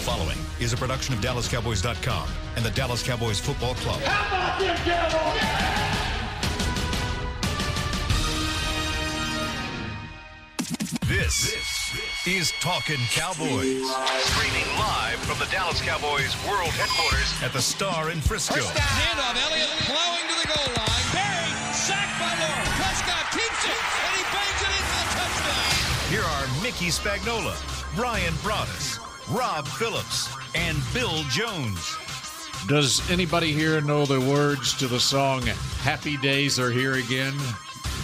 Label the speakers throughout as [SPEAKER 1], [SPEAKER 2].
[SPEAKER 1] following is a production of DallasCowboys.com and the Dallas Cowboys Football Club.
[SPEAKER 2] How about them Cowboys?
[SPEAKER 1] This is Talkin' Cowboys. Streaming live from the Dallas Cowboys World Headquarters at the Star in Frisco.
[SPEAKER 3] Handoff, Elliott plowing to the goal line. Buried, sacked by Lawrence. Prescott keeps it, and he bangs it in for the touchdown.
[SPEAKER 1] Here are Mickey Spagnola, Brian Broaddus, Rob Phillips, and Bill Jones.
[SPEAKER 4] Does anybody here know the words to the song "Happy Days Are Here Again"?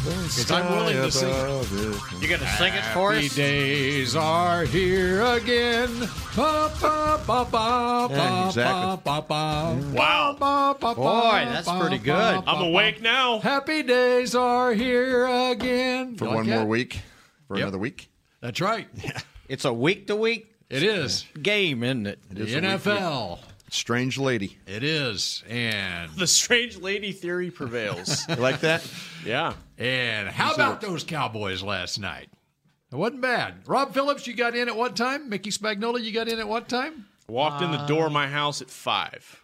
[SPEAKER 4] Because I'm willing to sing. it.
[SPEAKER 5] You gonna sing it for
[SPEAKER 4] Happy
[SPEAKER 5] us?
[SPEAKER 4] days are here again. Ba, ba, ba, ba,
[SPEAKER 6] Yeah, exactly.
[SPEAKER 4] ba, ba, ba,
[SPEAKER 5] Wow.
[SPEAKER 4] ba, ba, ba,
[SPEAKER 5] Boy, that's pretty
[SPEAKER 4] ba,
[SPEAKER 5] good.
[SPEAKER 4] ba,
[SPEAKER 7] I'm
[SPEAKER 4] ba.
[SPEAKER 7] awake now.
[SPEAKER 4] Happy days are here again.
[SPEAKER 6] for
[SPEAKER 4] You like
[SPEAKER 6] one more
[SPEAKER 4] that?
[SPEAKER 6] week, for
[SPEAKER 4] Yep.
[SPEAKER 6] another week.
[SPEAKER 4] That's right.
[SPEAKER 5] It's a week to week
[SPEAKER 4] It is.
[SPEAKER 5] game, isn't it?
[SPEAKER 4] The
[SPEAKER 6] is a week,
[SPEAKER 4] NFL.
[SPEAKER 6] Strange lady,
[SPEAKER 4] It is. And
[SPEAKER 7] The strange lady theory prevails.
[SPEAKER 6] you like that?
[SPEAKER 7] yeah.
[SPEAKER 4] and how about those Cowboys last night? It wasn't bad. Rob Phillips, you got in at what time? Mickey Spagnola, you got in at what time?
[SPEAKER 7] Walked in the door of my house at five.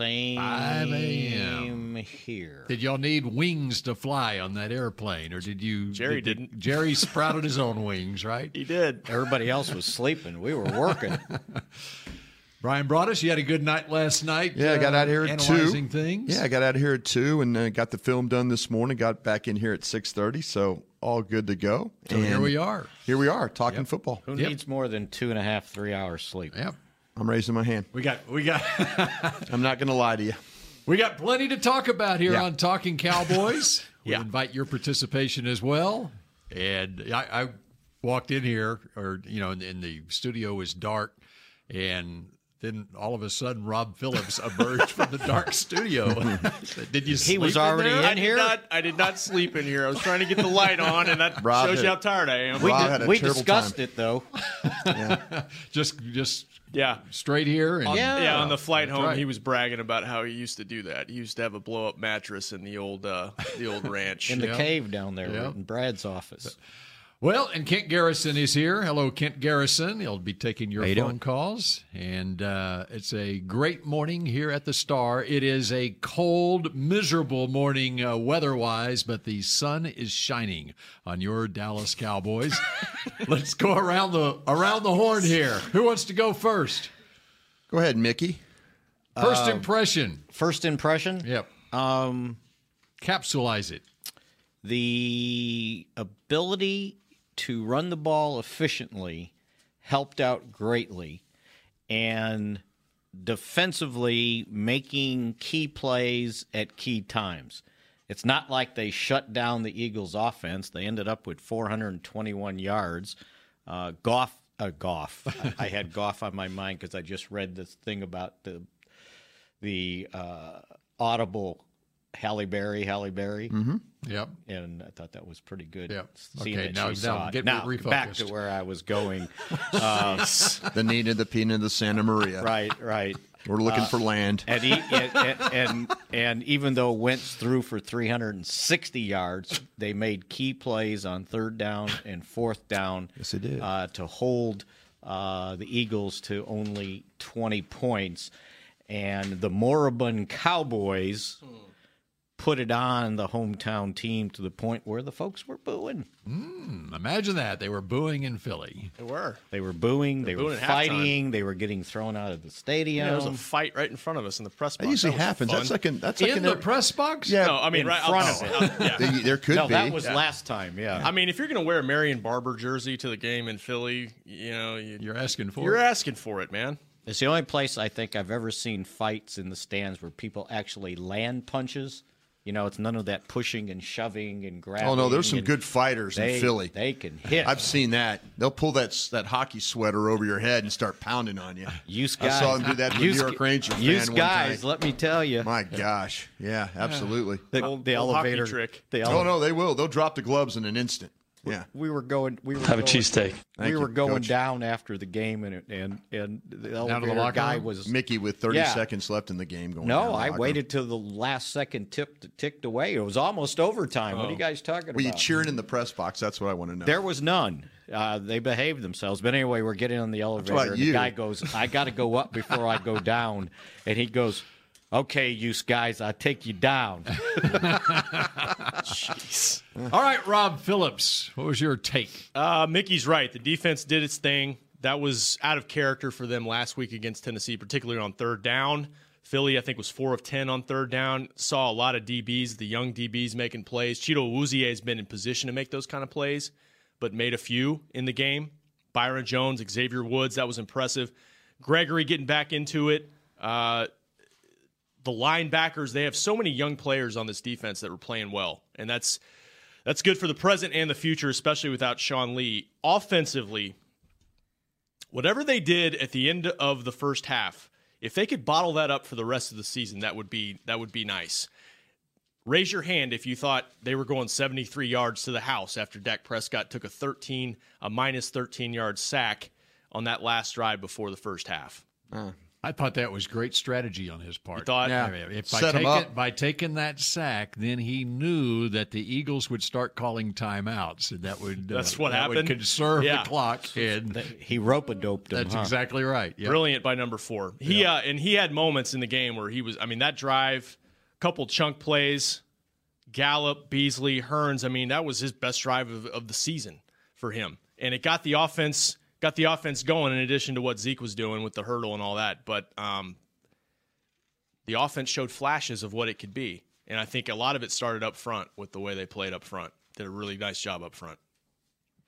[SPEAKER 5] Uh, Same
[SPEAKER 4] 5 a.m.
[SPEAKER 5] here.
[SPEAKER 4] Did y'all need wings to fly on that airplane, or did you?
[SPEAKER 7] Jerry
[SPEAKER 4] did-
[SPEAKER 7] didn't.
[SPEAKER 4] Jerry sprouted his own wings, right?
[SPEAKER 7] He did.
[SPEAKER 5] Everybody else was sleeping. We were working.
[SPEAKER 4] Brian brought us. You had a good night last night. uh,
[SPEAKER 6] Yeah, I got out here at two.
[SPEAKER 4] analyzing things.
[SPEAKER 6] Yeah, I got out here at two and uh, got the film done this morning. Got back in here at six thirty, so all good to go.
[SPEAKER 4] so here we are.
[SPEAKER 6] Here we are talking football.
[SPEAKER 5] Who
[SPEAKER 4] Yep.
[SPEAKER 5] needs more than two and a half, three hours sleep?
[SPEAKER 4] Yep.
[SPEAKER 6] I'm raising my hand.
[SPEAKER 4] We got we got
[SPEAKER 6] I'm not going to lie to you.
[SPEAKER 4] we got plenty to talk about here
[SPEAKER 6] Yeah.
[SPEAKER 4] on Talking Cowboys.
[SPEAKER 7] Yeah.
[SPEAKER 4] We invite your participation as well. And I, I walked in here, or you know, and, and the studio was dark, and then all of a sudden, Rob Phillips emerged from the dark studio. Did you?
[SPEAKER 5] He was
[SPEAKER 4] sleep in
[SPEAKER 5] already
[SPEAKER 4] there?
[SPEAKER 7] I
[SPEAKER 5] in
[SPEAKER 7] did
[SPEAKER 5] here?
[SPEAKER 7] not. I did not sleep in here. I was trying to get the light on, and that
[SPEAKER 6] Rob
[SPEAKER 7] shows
[SPEAKER 6] did
[SPEAKER 7] you
[SPEAKER 6] it.
[SPEAKER 7] how tired I am.
[SPEAKER 5] We,
[SPEAKER 6] Rob
[SPEAKER 5] did-
[SPEAKER 6] had a
[SPEAKER 5] we
[SPEAKER 6] terrible
[SPEAKER 5] discussed
[SPEAKER 6] time.
[SPEAKER 5] it, though.
[SPEAKER 4] just just
[SPEAKER 7] yeah.
[SPEAKER 4] straight here and
[SPEAKER 5] Yeah.
[SPEAKER 7] Yeah, on the flight home,
[SPEAKER 4] right.
[SPEAKER 7] he was bragging about how he used to do that. He used to have a blow up mattress in the old uh, the old ranch.
[SPEAKER 5] In the
[SPEAKER 4] Yeah.
[SPEAKER 5] cave down there
[SPEAKER 4] Yeah.
[SPEAKER 5] in Brad's office.
[SPEAKER 4] well and kent garrison is here hello kent garrison he'll be taking your phone calls and uh, it's a great morning here at the star it is a cold miserable morning uh, weather-wise but the sun is shining on your dallas cowboys let's go around the around the horn here who wants to go first
[SPEAKER 6] Go ahead, Mickey.
[SPEAKER 4] first impression
[SPEAKER 5] Um, First impression?
[SPEAKER 4] yep
[SPEAKER 5] Um,
[SPEAKER 4] capsulize it
[SPEAKER 5] the ability to run the ball efficiently helped out greatly and defensively making key plays at key times. It's not like they shut down the Eagles' offense. They ended up with 421 yards. Uh, Goff, uh, Goff. I, I had Goff on my mind because I just read this thing about the the uh, audible Halle Berry, Halle Berry
[SPEAKER 4] Mm-hmm. yep
[SPEAKER 5] and I thought that was pretty good.
[SPEAKER 4] Yep.
[SPEAKER 5] seeing
[SPEAKER 4] Okay,
[SPEAKER 5] that
[SPEAKER 4] now-
[SPEAKER 5] she
[SPEAKER 4] now
[SPEAKER 5] saw it.
[SPEAKER 4] get
[SPEAKER 5] now
[SPEAKER 4] refocused.
[SPEAKER 5] back to where I was going. Uh,
[SPEAKER 6] The Nina, the Pina, the Santa Maria.
[SPEAKER 5] right, right. Uh,
[SPEAKER 6] We're looking for land.
[SPEAKER 5] And, he, and, and and and even though Wentz threw for 360 yards, they made key plays on third down and fourth down. Yes,
[SPEAKER 6] they did.
[SPEAKER 5] Uh, to hold uh, the Eagles to only 20 points, and the moribund Cowboys. Put it on the hometown team to the point where the folks were booing.
[SPEAKER 6] Mm.
[SPEAKER 4] imagine that they were booing in philly
[SPEAKER 7] They were.
[SPEAKER 5] They were booing. They were
[SPEAKER 7] booing at halftime.
[SPEAKER 5] fighting. They were getting thrown out of the stadium.
[SPEAKER 7] There was a fight right in front of us in the press box.
[SPEAKER 6] That usually
[SPEAKER 7] was
[SPEAKER 6] happens.
[SPEAKER 7] fun.
[SPEAKER 6] That's like an. That's like
[SPEAKER 4] in
[SPEAKER 6] an.
[SPEAKER 4] the press box
[SPEAKER 6] yeah,
[SPEAKER 7] no, I mean
[SPEAKER 5] in
[SPEAKER 7] right
[SPEAKER 5] front
[SPEAKER 7] oh,
[SPEAKER 5] of
[SPEAKER 7] oh, yeah.
[SPEAKER 6] there, there could
[SPEAKER 5] no,
[SPEAKER 6] be.
[SPEAKER 5] that was last time. Yeah.
[SPEAKER 7] I mean, if you're gonna wear a Marion Barber jersey to the game in Philly, you know you,
[SPEAKER 4] you're asking for
[SPEAKER 7] you're
[SPEAKER 4] it.
[SPEAKER 7] asking for it, man.
[SPEAKER 5] it's the only place I think I've ever seen fights in the stands where people actually land punches. You know, it's none of that pushing and shoving and grabbing.
[SPEAKER 6] oh no, there's some
[SPEAKER 5] and
[SPEAKER 6] good fighters
[SPEAKER 5] they,
[SPEAKER 6] in Philly.
[SPEAKER 5] They can hit.
[SPEAKER 6] I've seen that. They'll pull that that hockey sweater over your head and start pounding on you.
[SPEAKER 5] Use
[SPEAKER 6] I
[SPEAKER 5] guys.
[SPEAKER 6] saw them do that to a
[SPEAKER 5] Use-
[SPEAKER 6] New York Ranger fan
[SPEAKER 5] Use
[SPEAKER 6] one
[SPEAKER 5] guys.
[SPEAKER 6] time.
[SPEAKER 5] Let me tell you.
[SPEAKER 6] My gosh, yeah, absolutely.
[SPEAKER 5] the,
[SPEAKER 7] Old-
[SPEAKER 5] the
[SPEAKER 7] old hockey
[SPEAKER 5] elevator
[SPEAKER 7] trick.
[SPEAKER 5] The
[SPEAKER 6] Oh
[SPEAKER 5] ele-
[SPEAKER 6] no, they will. They'll drop the gloves in an instant. Yeah,
[SPEAKER 5] We were going. We were have a cheesesteak. We
[SPEAKER 6] Thank
[SPEAKER 5] were
[SPEAKER 6] you,
[SPEAKER 5] going
[SPEAKER 6] Coach.
[SPEAKER 5] down after the game, and and and the
[SPEAKER 4] to the
[SPEAKER 5] elevator
[SPEAKER 4] locker
[SPEAKER 5] guy
[SPEAKER 4] room?
[SPEAKER 5] was
[SPEAKER 6] Mickey with 30
[SPEAKER 5] Yeah.
[SPEAKER 6] seconds left in the game going. down the
[SPEAKER 5] No, I
[SPEAKER 6] locker room.
[SPEAKER 5] waited till the last second tip t- ticked away. It was almost overtime. What are you guys talking
[SPEAKER 6] Oh. Were you
[SPEAKER 5] about?
[SPEAKER 6] cheering in the press box? That's what I want to know.
[SPEAKER 5] there was none. Uh, they behaved themselves. But anyway, we're getting on the elevator.
[SPEAKER 6] about
[SPEAKER 5] and
[SPEAKER 6] you.
[SPEAKER 5] The guy goes, I got to go up before I go down. And he goes, Okay, you guys, I'll take you down.
[SPEAKER 4] All right, Rob Phillips, what was your take?
[SPEAKER 2] Uh, Mickey's right. The defense did its thing. That was out of character for them last week against Tennessee, particularly on third down. Philly, I think, was four of ten on third down. Saw a lot of DBs, the young DBs making plays. Cheeto Wuzier has been in position to make those kind of plays, but made a few in the game. Byron Jones, Xavier Woods, that was impressive. Gregory getting back into it. Uh, the linebackers, they have so many young players on this defense that were playing well, and that's that's good for the present and the future, especially without Sean Lee. Offensively, whatever they did at the end of the first half, if they could bottle that up for the rest of the season, that would be that would be nice. Raise your hand if you thought they were going 73 yards to the house after Dak Prescott took a 13 a minus 13 yard sack on that last drive before the first half.
[SPEAKER 4] I thought that was great strategy on his part.
[SPEAKER 2] Thought
[SPEAKER 6] Yeah.
[SPEAKER 4] If by,
[SPEAKER 6] Set 'em
[SPEAKER 4] taking,
[SPEAKER 6] up.
[SPEAKER 4] by taking that sack, then he knew that the Eagles would start calling timeouts, and that would uh,
[SPEAKER 2] That's what
[SPEAKER 4] that would
[SPEAKER 2] happened.
[SPEAKER 4] conserve
[SPEAKER 2] Yeah.
[SPEAKER 4] the clock. And
[SPEAKER 5] He rope a doped him.
[SPEAKER 4] that's
[SPEAKER 5] huh?
[SPEAKER 4] exactly right. Yep.
[SPEAKER 2] Brilliant by number four. He uh, and he had moments in the game where he was. I mean, that drive, couple chunk plays, Gallup, Beasley, Hearns. I mean, that was his best drive of, of the season for him, and it got the offense got the offense going. In addition to what Zeke was doing with the hurdle and all that, but um, the offense showed flashes of what it could be, and I think a lot of it started up front with the way they played up front. Did a really nice job up front.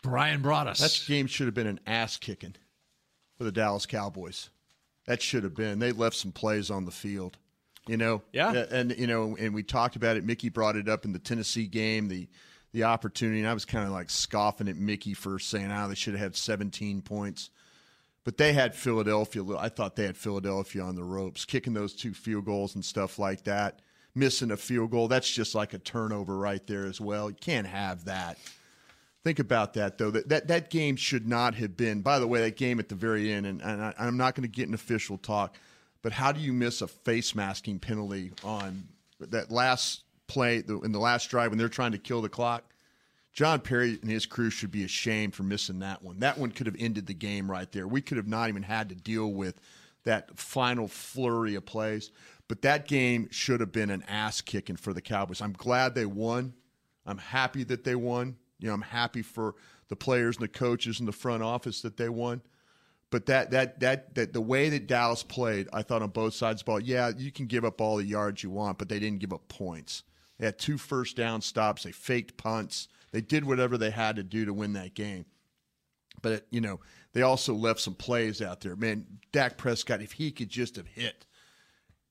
[SPEAKER 4] Brian brought us.
[SPEAKER 6] That game should have been an ass kicking for the Dallas Cowboys. That should have been. They left some plays on the field. You know,
[SPEAKER 2] Yeah.
[SPEAKER 6] A- and you know, and we talked about it. Mickey brought it up in the Tennessee game, the the opportunity, and I was kind of like scoffing at Mickey for saying, "Ah, they should have had 17 points." But they had Philadelphia. I thought they had Philadelphia on the ropes, kicking those two field goals and stuff like that. Missing a field goal, that's just like a turnover right there as well. You can't have that. Think about that though. That that, that game should not have been. By the way, that game at the very end, and, and I, I'm not going to get an official talk, but how do you miss a face masking penalty on that last play the, in the last drive when they're trying to kill the clock? John Perry and his crew should be ashamed for missing that one. That one could have ended the game right there. We could have not even had to deal with that final flurry of plays. But that game should have been an ass kicking for the Cowboys. I'm glad they won. I'm happy that they won. You know, I'm happy for the players and the coaches and the front office that they won. But that that that that the way that Dallas played, I thought on both sides of the ball, yeah, you can give up all the yards you want, but they didn't give up points. They had two first down stops, they faked punts, they did whatever they had to do to win that game. But you know, they also left some plays out there. Man, Dak Prescott, if he could just have hit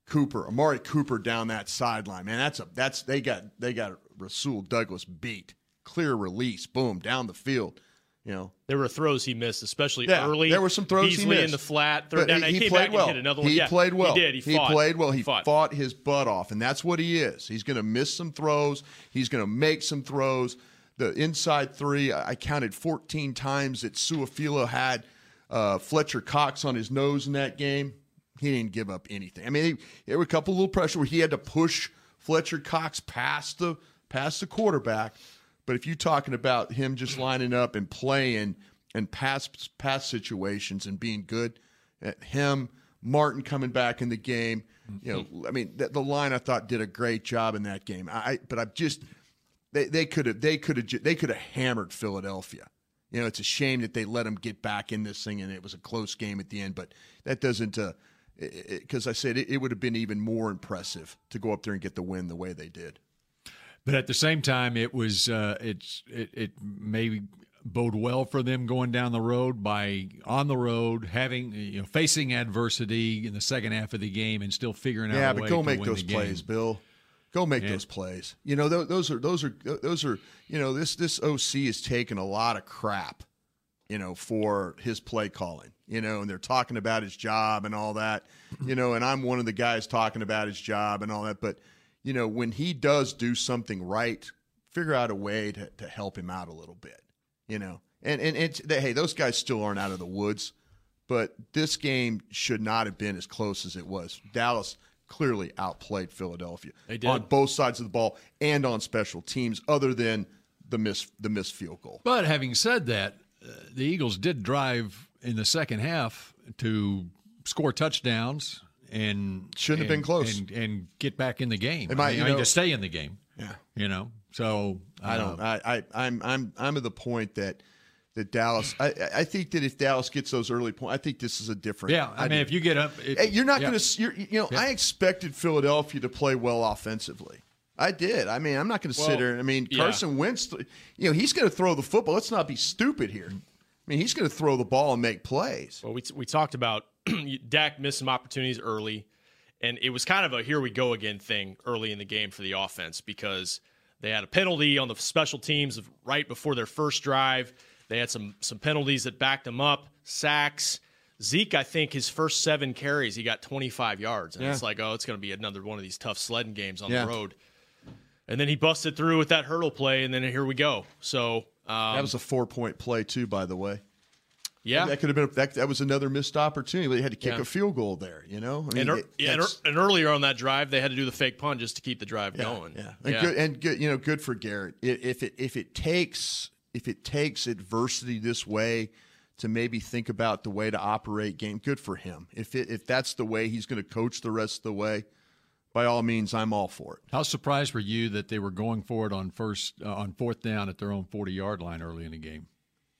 [SPEAKER 6] Cooper, Amari Cooper down that sideline, man, that's a that's they got they got Rasul Douglas beat. Clear release, boom, down the field. You know,
[SPEAKER 2] There were throws he missed, especially
[SPEAKER 6] Yeah,
[SPEAKER 2] early.
[SPEAKER 6] there were some throws he
[SPEAKER 2] Beasley in
[SPEAKER 6] missed.
[SPEAKER 2] the flat.
[SPEAKER 6] But
[SPEAKER 2] Third down. He, came back and hit another one.
[SPEAKER 6] He
[SPEAKER 2] Yeah,
[SPEAKER 6] played well.
[SPEAKER 2] He did. He, fought.
[SPEAKER 6] played well. He
[SPEAKER 2] fought.
[SPEAKER 6] fought. his butt off, and that's what he is. He's going to miss some throws. He's going to make some throws. The inside three, I I counted 14 times that Suafilo had uh, Fletcher Cox on his nose in that game. He didn't give up anything. I mean, he, there were a couple little pressure where he had to push Fletcher Cox past the past the quarterback. But if you're talking about him just lining up and playing and pass pass situations and being good, uh, him Martin coming back in the game, you know, I mean, the, the line I thought did a great job in that game. I, I but I'm just they they could have they could have ju- they could have hammered Philadelphia. You know, it's a shame that they let them get back in this thing, and it was a close game at the end. But that doesn't because I said it, it would have been even more impressive to go up there and get the win the way they did.
[SPEAKER 4] But at the same time, it was uh, it's it, it may bode well for them going down the road by on the road having you know facing adversity in the second half of the game and still figuring
[SPEAKER 6] Yeah,
[SPEAKER 4] out. a
[SPEAKER 6] but
[SPEAKER 4] way
[SPEAKER 6] go
[SPEAKER 4] to
[SPEAKER 6] make
[SPEAKER 4] win
[SPEAKER 6] those
[SPEAKER 4] the game.
[SPEAKER 6] plays, Bill. Go make those plays. You know, tho- those are those are those are you know this this OC is taking a lot of crap, you know, for his play calling. You know, and they're talking about his job and all that. You know, and I'm one of the guys talking about his job and all that. But you know, when he does do something right, figure out a way to, to help him out a little bit. You know, and and it's hey, those guys still aren't out of the woods but this game should not have been as close as it was. Dallas clearly outplayed Philadelphia on both sides of the ball and on special teams, other than the miss the missed field goal.
[SPEAKER 4] But having said that, uh, the Eagles did drive in the second half to score touchdowns and
[SPEAKER 6] Shouldn't have been
[SPEAKER 4] and-
[SPEAKER 6] close.
[SPEAKER 4] and, and get back in the game.
[SPEAKER 6] They
[SPEAKER 4] I
[SPEAKER 6] might,
[SPEAKER 4] mean,
[SPEAKER 6] you
[SPEAKER 4] I mean,
[SPEAKER 6] know-
[SPEAKER 4] to stay in the game.
[SPEAKER 6] Yeah.
[SPEAKER 4] you know. So
[SPEAKER 6] I
[SPEAKER 4] uh,
[SPEAKER 6] don't. I, I, I'm, I'm, I'm at the point that that Dallas. I, I- I think that if Dallas gets those early points, I think this is a different.
[SPEAKER 4] Yeah, I,
[SPEAKER 6] do.
[SPEAKER 4] mean, if you get up, it-
[SPEAKER 6] Hey, you're not
[SPEAKER 4] yeah.
[SPEAKER 6] going to. You're, you know, I expected Philadelphia to play well offensively. I did. I mean, I'm not going to sit here. I mean,
[SPEAKER 2] yeah.
[SPEAKER 6] Carson Wentz. th- You know, he's going to throw the football. Let's not be stupid here. I mean, he's going to throw the ball and make plays.
[SPEAKER 2] Well, we, we talked about Dak missed some opportunities early, and it was kind of a here we go again thing early in the game for the offense because they had a penalty on the special teams of- right before their first drive. They had some some penalties that backed them up, sacks. Zeke, I think his first seven carries, he got 25 yards, and it's like, oh, it's going to be another one of these tough sledding games on
[SPEAKER 6] Yeah.
[SPEAKER 2] the road. And then he busted through with that hurdle play, and then here we go. So, um,
[SPEAKER 6] That was a four point play too, by the way.
[SPEAKER 2] yeah,
[SPEAKER 6] That could have been. That, that was another missed opportunity. They had to kick a field goal there. You know, I mean,
[SPEAKER 2] And, er,
[SPEAKER 6] it-
[SPEAKER 2] yeah, and, er,
[SPEAKER 6] that's-
[SPEAKER 2] and earlier on that drive, they had to do the fake punt just to keep the drive going.
[SPEAKER 6] Yeah, and good and good. You know, good for Garrett. I- If it if it takes if it takes adversity this way to maybe think about the way to operate game, good for him. If it if that's the way he's going to coach the rest of the way, by all means, I'm all for it.
[SPEAKER 4] How surprised were you that they were going for it on first uh, on fourth down at their own forty yard line early in the game?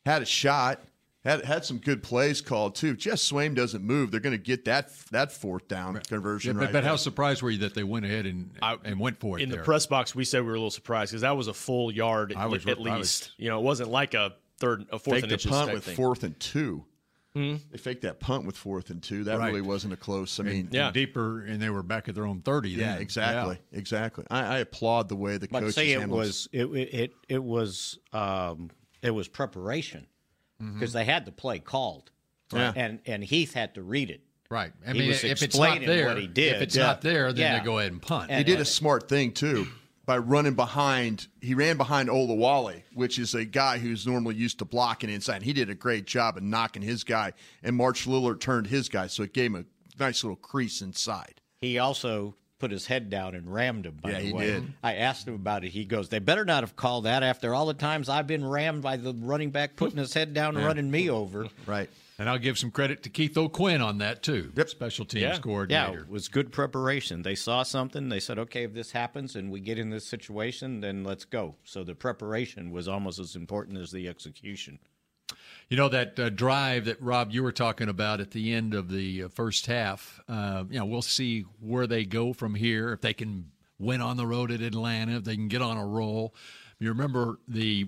[SPEAKER 6] Had a shot. Had, had some good plays called too. If Jess Swaim doesn't move. They're going to get that that fourth down
[SPEAKER 4] Yeah,
[SPEAKER 6] conversion
[SPEAKER 4] but,
[SPEAKER 6] right.
[SPEAKER 4] but
[SPEAKER 6] there.
[SPEAKER 4] how surprised were you that they went ahead and and went for it
[SPEAKER 2] In the
[SPEAKER 4] there?
[SPEAKER 2] press box, we said we were a little surprised because that was a full yard
[SPEAKER 4] I was-
[SPEAKER 2] at
[SPEAKER 4] I was-
[SPEAKER 2] least. you know, it wasn't like a third, a fourth
[SPEAKER 6] faked
[SPEAKER 2] and
[SPEAKER 6] the
[SPEAKER 2] inches
[SPEAKER 6] punt
[SPEAKER 2] type
[SPEAKER 6] with
[SPEAKER 2] thing.
[SPEAKER 6] fourth and two. They faked that punt with fourth and two. That
[SPEAKER 4] Right.
[SPEAKER 6] really wasn't a close. I mean,
[SPEAKER 2] Yeah.
[SPEAKER 4] deeper, and they were back at their own thirty.
[SPEAKER 6] Yeah,
[SPEAKER 4] then.
[SPEAKER 6] exactly, exactly. I, I applaud the way the
[SPEAKER 5] But
[SPEAKER 6] coaches
[SPEAKER 5] say it
[SPEAKER 6] handled
[SPEAKER 5] was it it it was um, it was preparation
[SPEAKER 4] Mm-hmm.
[SPEAKER 5] because they had the play called,
[SPEAKER 6] Yeah.
[SPEAKER 5] and and Heath had to read it.
[SPEAKER 4] Right. I
[SPEAKER 5] He
[SPEAKER 4] mean,
[SPEAKER 5] was
[SPEAKER 4] if it's not
[SPEAKER 5] explaining
[SPEAKER 4] there,
[SPEAKER 5] what he did.
[SPEAKER 4] if it's
[SPEAKER 5] Yeah.
[SPEAKER 4] not there, then
[SPEAKER 5] Yeah.
[SPEAKER 4] they go ahead and punt.
[SPEAKER 6] He
[SPEAKER 5] And-
[SPEAKER 6] did a smart thing too by running behind. He ran behind Olawale, which is a guy who's normally used to blocking inside. He did a great job of knocking his guy, and March Lillard turned his guy, so it gave him a nice little crease inside.
[SPEAKER 5] He also put his head down and rammed him. By
[SPEAKER 6] Yeah,
[SPEAKER 5] the
[SPEAKER 6] he
[SPEAKER 5] way,
[SPEAKER 6] did.
[SPEAKER 5] I asked him about it. He goes, "They better not have called that after all the times I've been rammed by the running back putting his head down and running me over."
[SPEAKER 6] Right.
[SPEAKER 4] And I'll give some credit to Keith O'Quinn on that too.
[SPEAKER 6] Yep.
[SPEAKER 4] Special teams
[SPEAKER 2] Yeah.
[SPEAKER 5] Yeah,
[SPEAKER 4] coordinator.
[SPEAKER 5] it was good preparation. They saw something. They said, "Okay, if this happens and we get in this situation, then let's go." So the preparation was almost as important as the execution.
[SPEAKER 4] You know that uh, drive that Rob you were talking about at the end of the uh, first half. Uh, you know, we'll see where they go from here. If they can win on the road at Atlanta, if they can get on a roll. You remember the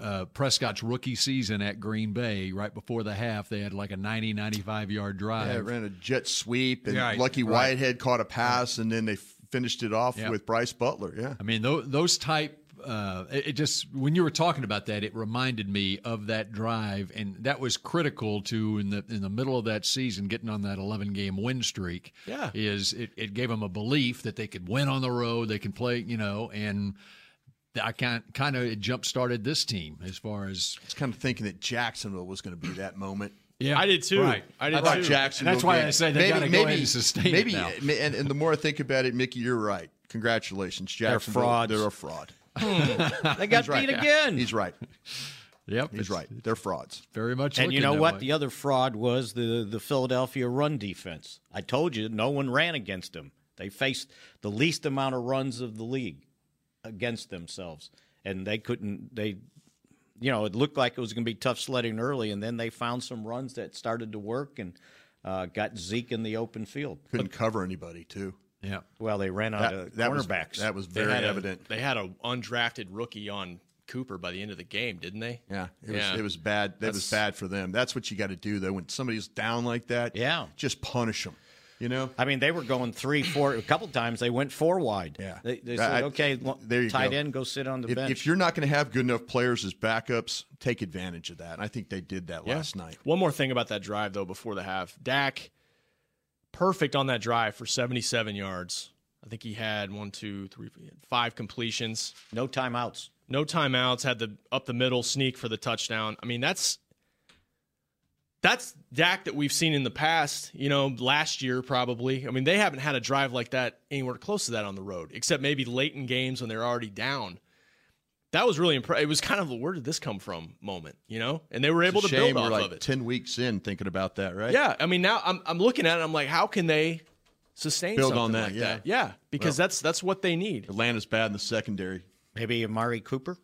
[SPEAKER 4] uh, Prescott's rookie season at Green Bay, right before the half, they had like a 90, 95 yard drive.
[SPEAKER 6] Yeah, it ran a jet sweep, and
[SPEAKER 4] Right,
[SPEAKER 6] Lucky
[SPEAKER 4] right.
[SPEAKER 6] Whitehead caught a pass, and then they f- finished it off
[SPEAKER 4] Yeah.
[SPEAKER 6] with Bryce Butler. Yeah.
[SPEAKER 4] I mean, those, those type. Uh, it it just when you were talking about that, it reminded me of that drive, and that was critical to in the in the middle of that season, getting on that eleven game win streak.
[SPEAKER 2] Yeah.
[SPEAKER 4] is it, it gave them a belief that they could win on the road, they can play, you know, and I kind kind of it jump started this team as far as
[SPEAKER 6] It's kind of thinking that Jacksonville was going to be that moment.
[SPEAKER 4] yeah,
[SPEAKER 2] I did too.
[SPEAKER 4] Right.
[SPEAKER 2] I did
[SPEAKER 6] I thought
[SPEAKER 2] too.
[SPEAKER 6] Jackson.
[SPEAKER 4] And that's why I say they
[SPEAKER 6] maybe,
[SPEAKER 4] gotta go
[SPEAKER 6] maybe,
[SPEAKER 4] ahead and sustain it
[SPEAKER 6] maybe,
[SPEAKER 4] now.
[SPEAKER 6] ma- And, and the more I think about it, Mickey, you're right. Congratulations, Jackson.
[SPEAKER 5] frauds.
[SPEAKER 6] They're a fraud.
[SPEAKER 5] They got
[SPEAKER 6] He's right.
[SPEAKER 5] beat again.
[SPEAKER 6] He's right.
[SPEAKER 4] yep,
[SPEAKER 6] He's
[SPEAKER 4] it's
[SPEAKER 6] right. They're frauds.
[SPEAKER 4] very much.
[SPEAKER 5] And you
[SPEAKER 4] looking
[SPEAKER 5] know
[SPEAKER 4] that
[SPEAKER 5] what?
[SPEAKER 4] way.
[SPEAKER 5] The other fraud was the the Philadelphia run defense. I told you, no one ran against them. They faced the least amount of runs of the league against themselves, and they couldn't. They, you know, it looked like it was going to be tough sledding early, and then they found some runs that started to work and uh, got Zeke in the open field.
[SPEAKER 6] Couldn't cover anybody too.
[SPEAKER 4] yeah,
[SPEAKER 5] Well, they ran out of
[SPEAKER 6] That, that was
[SPEAKER 5] cornerbacks.
[SPEAKER 6] that was
[SPEAKER 2] They
[SPEAKER 6] very
[SPEAKER 2] had a-
[SPEAKER 6] evident.
[SPEAKER 2] they had a undrafted rookie on Cooper by the end of the game, didn't they?
[SPEAKER 6] yeah, it was
[SPEAKER 2] Yeah.
[SPEAKER 6] it was bad. That was bad for them. That's what you got to do though. When somebody's down like that,
[SPEAKER 5] Yeah.
[SPEAKER 6] just punish them. You know,
[SPEAKER 5] I mean, they were going three, four. A couple times they went four wide.
[SPEAKER 6] Yeah.
[SPEAKER 5] They, they
[SPEAKER 6] I-
[SPEAKER 5] said,
[SPEAKER 6] I-
[SPEAKER 5] "Okay,
[SPEAKER 6] there you
[SPEAKER 5] tight
[SPEAKER 6] go.
[SPEAKER 5] end, go sit on the
[SPEAKER 6] if,
[SPEAKER 5] bench."
[SPEAKER 6] if you're not going to have good enough players as backups, take advantage of that. And I think they did that last night.
[SPEAKER 2] One more thing about that drive though before the half. Dak perfect on that drive for 77 yards. I think he had one, two, three, four, he had five completions.
[SPEAKER 5] no timeouts.
[SPEAKER 2] no timeouts, had the up the middle sneak for the touchdown. I mean, that's that's Dak that we've seen in the past, you know, last year probably. I mean, they haven't had a drive like that anywhere close to that on the road, except maybe late in games when they're already down. that was really impressive. It was kind of a where did this come from moment, you know? And they were able to
[SPEAKER 6] shame
[SPEAKER 2] build
[SPEAKER 6] we're
[SPEAKER 2] off
[SPEAKER 6] like
[SPEAKER 2] of it.
[SPEAKER 6] ten weeks in thinking about that, right?
[SPEAKER 2] Yeah, I mean now I'm I'm looking at it. I'm like, how can they sustain
[SPEAKER 6] Build
[SPEAKER 2] something
[SPEAKER 6] on that,
[SPEAKER 2] like
[SPEAKER 6] yeah.
[SPEAKER 2] that? Yeah, because that's that's what they need.
[SPEAKER 6] Atlanta's bad in the secondary.
[SPEAKER 5] Maybe Amari Cooper.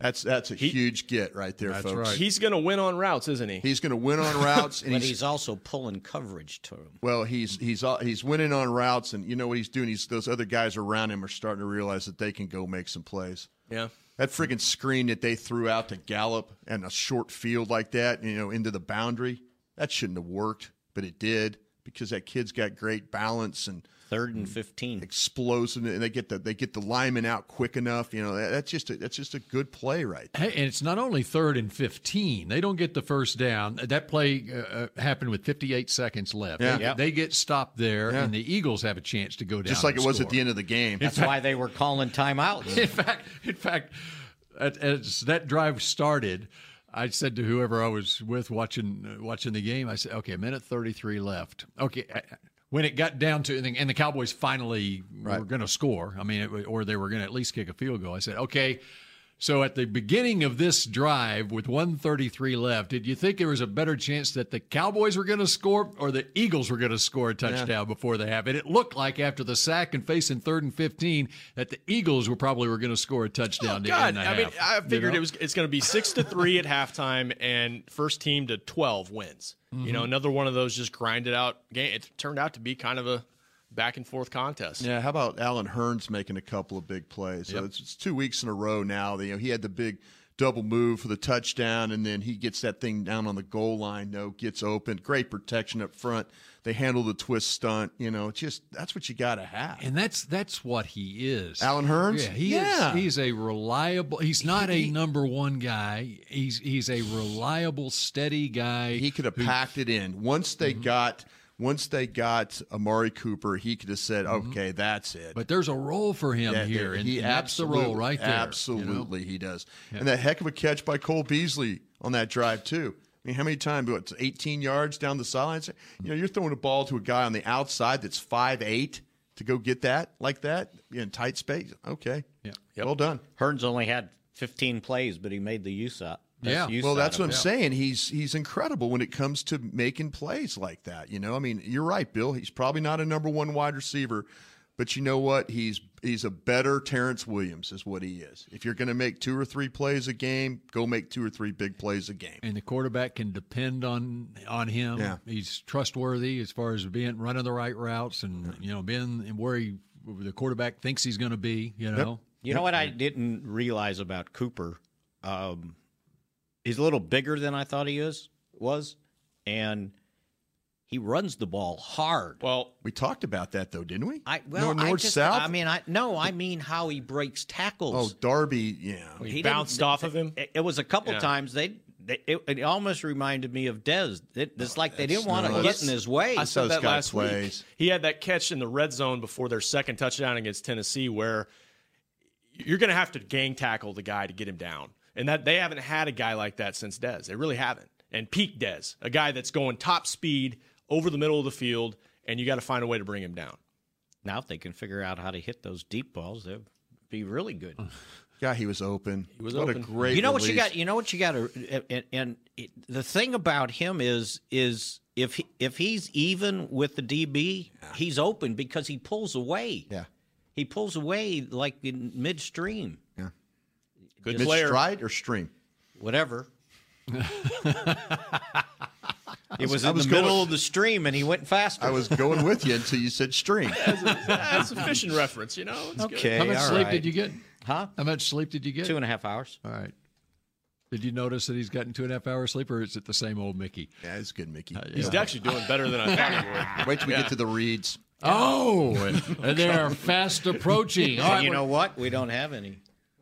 [SPEAKER 6] That's that's a huge get right there,
[SPEAKER 4] That's
[SPEAKER 6] folks.
[SPEAKER 4] right.
[SPEAKER 2] He's gonna win on routes, isn't he?
[SPEAKER 6] He's going to win on routes, and
[SPEAKER 5] But
[SPEAKER 6] he's,
[SPEAKER 5] he's also pulling coverage to him.
[SPEAKER 6] well, he's he's uh, he's winning on routes, and you know what he's doing? He's those other guys around him are starting to realize that they can go make some plays.
[SPEAKER 2] yeah.
[SPEAKER 6] That freaking screen that they threw out to Gallup and a short field like that, you know, into the boundary, that shouldn't have worked, but it did because that kid's got great balance and
[SPEAKER 5] Third and fifteen.
[SPEAKER 6] explosive, and they get the they get the lineman out quick enough. You know, that, that's just a, that's just a good play right
[SPEAKER 4] Hey, and it's not only third and 15. They don't get the first down. That play uh, uh, happened with 58 seconds left.
[SPEAKER 6] Yeah.
[SPEAKER 4] They,
[SPEAKER 5] Yep.
[SPEAKER 4] they get stopped there,
[SPEAKER 6] Yeah.
[SPEAKER 4] and the Eagles have a chance to go down.
[SPEAKER 6] Just like
[SPEAKER 4] and
[SPEAKER 6] it was
[SPEAKER 4] score.
[SPEAKER 6] at the end of the game.
[SPEAKER 5] That's why they were calling timeouts.
[SPEAKER 4] In fact, in fact, at- as that drive started, I said to whoever I was with watching uh, watching the game, I said, "Okay, a minute thirty three left. Okay." I, when it got down to and the, and the Cowboys finally were going to score, I mean, it, wa- or they were going to at least kick a field goal. I said, "Okay." So at the beginning of this drive, with one thirty three left, did you think there was a better chance that the Cowboys were going to score or the Eagles were going to score a touchdown before they have it? It looked like after the sack and facing third and fifteen that the Eagles were probably were going to score a touchdown. to
[SPEAKER 2] Oh, God,
[SPEAKER 4] end the
[SPEAKER 2] I mean,
[SPEAKER 4] half,
[SPEAKER 2] I
[SPEAKER 4] you
[SPEAKER 2] figured
[SPEAKER 4] know?
[SPEAKER 2] it was it's going to be six to three at halftime, and first team to twelve wins. You
[SPEAKER 4] Mm-hmm.
[SPEAKER 2] know, another one of those just grinded out game. It turned out to be kind of a back and forth contest.
[SPEAKER 6] Yeah, how about Alan Hearns making a couple of big plays? So it's, it's two weeks in a row now. That, you know, he had the big double move for the touchdown, and then he gets that thing down on the goal line. No, gets open. Great protection up front. They handle the twist stunt. You know, it's just that's what you got to have.
[SPEAKER 4] And that's that's what he is.
[SPEAKER 6] Alan Hearns?
[SPEAKER 4] Yeah, he
[SPEAKER 6] Yeah.
[SPEAKER 4] is he's a reliable he's not a number one guy. He's he's a reliable, steady guy.
[SPEAKER 6] he could have packed it in once they
[SPEAKER 4] Mm-hmm.
[SPEAKER 6] got once they got Amari Cooper. He could have said, "Okay, that's it."
[SPEAKER 4] Mm-hmm. but there's a role for him
[SPEAKER 6] Yeah,
[SPEAKER 4] here,
[SPEAKER 6] there-
[SPEAKER 4] and, and that's the role
[SPEAKER 6] absolute-
[SPEAKER 4] right there. you know?
[SPEAKER 6] Absolutely, he does. And that heck of a catch by Cole Beasley on that drive too. I mean, how many times? What, it's 18 yards down the sideline. You know, you're throwing a ball to a guy on the outside that's five eight to go get that like that in tight space. Okay, yeah, well done.
[SPEAKER 5] Hearns only had fifteen plays, but he made the use up.
[SPEAKER 4] Yeah.
[SPEAKER 5] use
[SPEAKER 6] Well,
[SPEAKER 5] out
[SPEAKER 6] that's
[SPEAKER 5] of
[SPEAKER 6] what I'm
[SPEAKER 5] it.
[SPEAKER 6] saying. He's he's incredible when it comes to making plays like that. You know, I mean, you're right, Bill. He's probably not a number one wide receiver, but you know what? He's he's a better Terrence Williams, is what he is. If you're going to make two or three plays a game, go make two or three big plays a game.
[SPEAKER 4] and the quarterback can depend on on him.
[SPEAKER 6] Yeah.
[SPEAKER 4] He's trustworthy as far as being running the right routes and you know being where he the quarterback thinks he's going to be. You know,
[SPEAKER 5] You know what I didn't realize about Cooper? Um, he's a little bigger than I thought he is was, and he runs the ball hard.
[SPEAKER 2] Well,
[SPEAKER 6] We talked about that though, didn't we?
[SPEAKER 5] I well,
[SPEAKER 6] north
[SPEAKER 5] I just,
[SPEAKER 6] south.
[SPEAKER 5] I mean, I no, I mean how he breaks
[SPEAKER 6] oh,
[SPEAKER 5] tackles.
[SPEAKER 6] Darby, yeah.
[SPEAKER 2] he,
[SPEAKER 5] He
[SPEAKER 2] bounced
[SPEAKER 5] didn't-
[SPEAKER 2] off of him.
[SPEAKER 5] It, it was a couple
[SPEAKER 2] Yeah.
[SPEAKER 5] times they. they it, it almost reminded me of Dez. It, it's like they didn't want
[SPEAKER 6] no,
[SPEAKER 5] to get
[SPEAKER 6] that's-
[SPEAKER 5] in his way.
[SPEAKER 2] I Oh, said
[SPEAKER 6] Those
[SPEAKER 2] that
[SPEAKER 6] guy
[SPEAKER 2] last
[SPEAKER 6] plays.
[SPEAKER 2] week. He had that catch in the red zone before their second touchdown against Tennessee, where you're going to have to gang tackle the guy to get him down, and that they haven't had a guy like that since Dez. They really haven't. And peak Dez, a guy that's going top speed over the middle of the field, and you got to find a way to bring him down.
[SPEAKER 5] now if they can figure out how to hit those deep balls, they'll be really good.
[SPEAKER 4] Mm.
[SPEAKER 6] God, he was open. He
[SPEAKER 2] was
[SPEAKER 6] what
[SPEAKER 2] open.
[SPEAKER 6] a great.
[SPEAKER 5] you know what you
[SPEAKER 6] release.
[SPEAKER 5] got you know what you got to and, and it, the thing about him is is if he, if he's even with the DB he's open because he pulls away
[SPEAKER 6] Yeah.
[SPEAKER 5] he pulls away like in midstream
[SPEAKER 2] Good
[SPEAKER 6] Mid
[SPEAKER 2] player.
[SPEAKER 6] stride or stream?
[SPEAKER 5] whatever it was
[SPEAKER 6] I
[SPEAKER 5] in
[SPEAKER 6] was
[SPEAKER 5] the
[SPEAKER 6] going-
[SPEAKER 5] middle of the stream and he went faster
[SPEAKER 6] I was going with you until you said stream.
[SPEAKER 2] That's a fishing reference, you know. It's good.
[SPEAKER 5] okay
[SPEAKER 4] how much
[SPEAKER 5] all
[SPEAKER 4] sleep
[SPEAKER 5] right.
[SPEAKER 4] did you get?
[SPEAKER 5] huh
[SPEAKER 4] How much sleep did you get?
[SPEAKER 5] two and a half hours
[SPEAKER 4] All right. Did you notice that he's gotten two and a half hours sleep, or is it the same old Mickey? Uh,
[SPEAKER 6] Yeah, it's good, Mickey.
[SPEAKER 2] He's actually doing better than I thought he would.
[SPEAKER 6] Wait till we get to the reads.
[SPEAKER 4] Oh, and, and they are fast approaching. All
[SPEAKER 5] And
[SPEAKER 4] right,
[SPEAKER 5] you know what we don't have any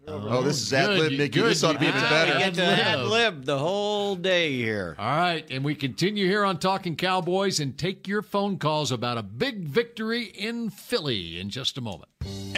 [SPEAKER 6] Oh, this is
[SPEAKER 4] good,
[SPEAKER 6] ad lib,
[SPEAKER 4] you-
[SPEAKER 6] Mickey.
[SPEAKER 4] good,
[SPEAKER 6] This ought to be
[SPEAKER 4] you-
[SPEAKER 6] even
[SPEAKER 4] ah,
[SPEAKER 6] better.
[SPEAKER 5] we get to
[SPEAKER 4] Ad-lib.
[SPEAKER 5] ad lib the whole day here
[SPEAKER 4] All right, and we continue here on Talking Cowboys and take your phone calls about a big victory in Philly in just a moment.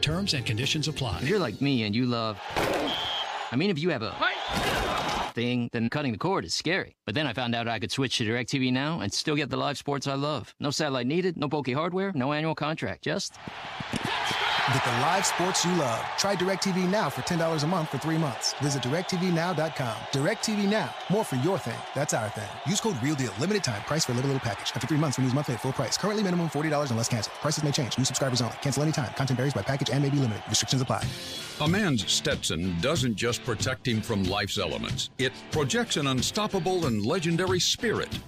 [SPEAKER 8] Terms and conditions apply.
[SPEAKER 9] If you're like me and you love. I mean, if you have a thing, then cutting the cord is scary. But then I found out I could switch to DirecTV Now and still get the live sports I love. No satellite needed, no bulky hardware, no annual contract, just.
[SPEAKER 10] Get the live sports you love. Try DirecTV Now for $10 a month for three months. Visit DirecTVNow.com. DirecTV Now. More for your thing. That's our thing. Use code REALDEAL. Limited time. Price for a little, little package. After three months, renews monthly at full price. Currently minimum $40 unless canceled. Prices may change. New subscribers only. Cancel anytime. Content varies by package and may be limited. Restrictions apply.
[SPEAKER 11] A man's Stetson doesn't just protect him from life's elements, it projects an unstoppable and legendary spirit,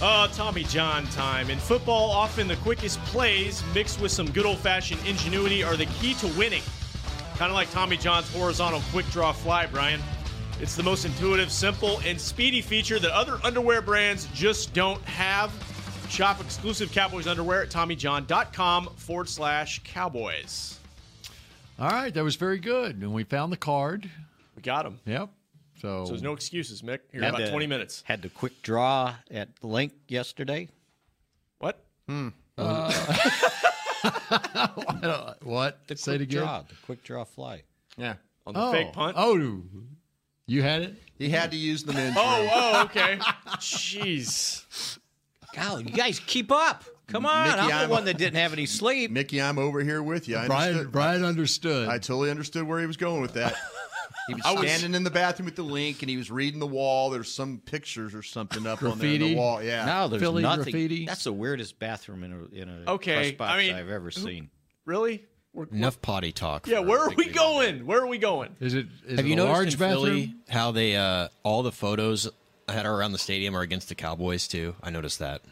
[SPEAKER 2] Uh, Tommy John time. In football, often the quickest plays mixed with some good old fashioned ingenuity are the key to winning. Kind of like Tommy John's horizontal quick draw fly, Brian. It's the most intuitive, simple, and speedy feature that other underwear brands just don't have. Shop exclusive Cowboys underwear at TommyJohn.com forward slash Cowboys.
[SPEAKER 4] All right, that was very good. And we found the card.
[SPEAKER 2] We got him.
[SPEAKER 4] Yep. So,
[SPEAKER 2] So there's no excuses, Mick. Here
[SPEAKER 5] Had
[SPEAKER 2] about
[SPEAKER 5] to-
[SPEAKER 2] 20 minutes.
[SPEAKER 5] Had to quick draw at Link yesterday. Hmm.
[SPEAKER 2] What?
[SPEAKER 4] Uh, what? Say it
[SPEAKER 5] quick
[SPEAKER 4] again.
[SPEAKER 5] Draw, the quick draw fly.
[SPEAKER 6] Yeah.
[SPEAKER 2] On the
[SPEAKER 4] Oh,
[SPEAKER 2] fake punt?
[SPEAKER 4] oh, you had it.
[SPEAKER 6] He had to use the men's
[SPEAKER 2] Oh,
[SPEAKER 6] room.
[SPEAKER 2] oh, okay. Jeez.
[SPEAKER 5] God, you guys keep up. Come on.
[SPEAKER 6] Mickey,
[SPEAKER 5] I'm the
[SPEAKER 6] I'm-
[SPEAKER 5] one that didn't have any sleep.
[SPEAKER 6] Mickey, I'm over here with you. I
[SPEAKER 4] Brian
[SPEAKER 6] understood-
[SPEAKER 4] Brian understood.
[SPEAKER 6] I totally understood where he was going with that. He was standing in the bathroom with the link, and he was reading the wall. There's some pictures or something up on there on
[SPEAKER 4] Graffiti.
[SPEAKER 6] the wall. Yeah.
[SPEAKER 5] No, there's
[SPEAKER 4] Philly
[SPEAKER 5] nothing.
[SPEAKER 4] graffiti.
[SPEAKER 5] That's the weirdest bathroom in a in a
[SPEAKER 2] Okay,
[SPEAKER 5] press box
[SPEAKER 2] I mean,
[SPEAKER 5] I've ever seen.
[SPEAKER 2] Really? We're,
[SPEAKER 12] Enough potty talk.
[SPEAKER 2] yeah,
[SPEAKER 12] for-
[SPEAKER 2] where are we going? Where are we going?
[SPEAKER 4] is it? Is
[SPEAKER 12] Have
[SPEAKER 4] it
[SPEAKER 12] you
[SPEAKER 4] a
[SPEAKER 12] noticed
[SPEAKER 4] large
[SPEAKER 12] in
[SPEAKER 4] bathroom?
[SPEAKER 12] Philly how they uh, all the photos that are around the stadium are against the Cowboys too? I noticed that.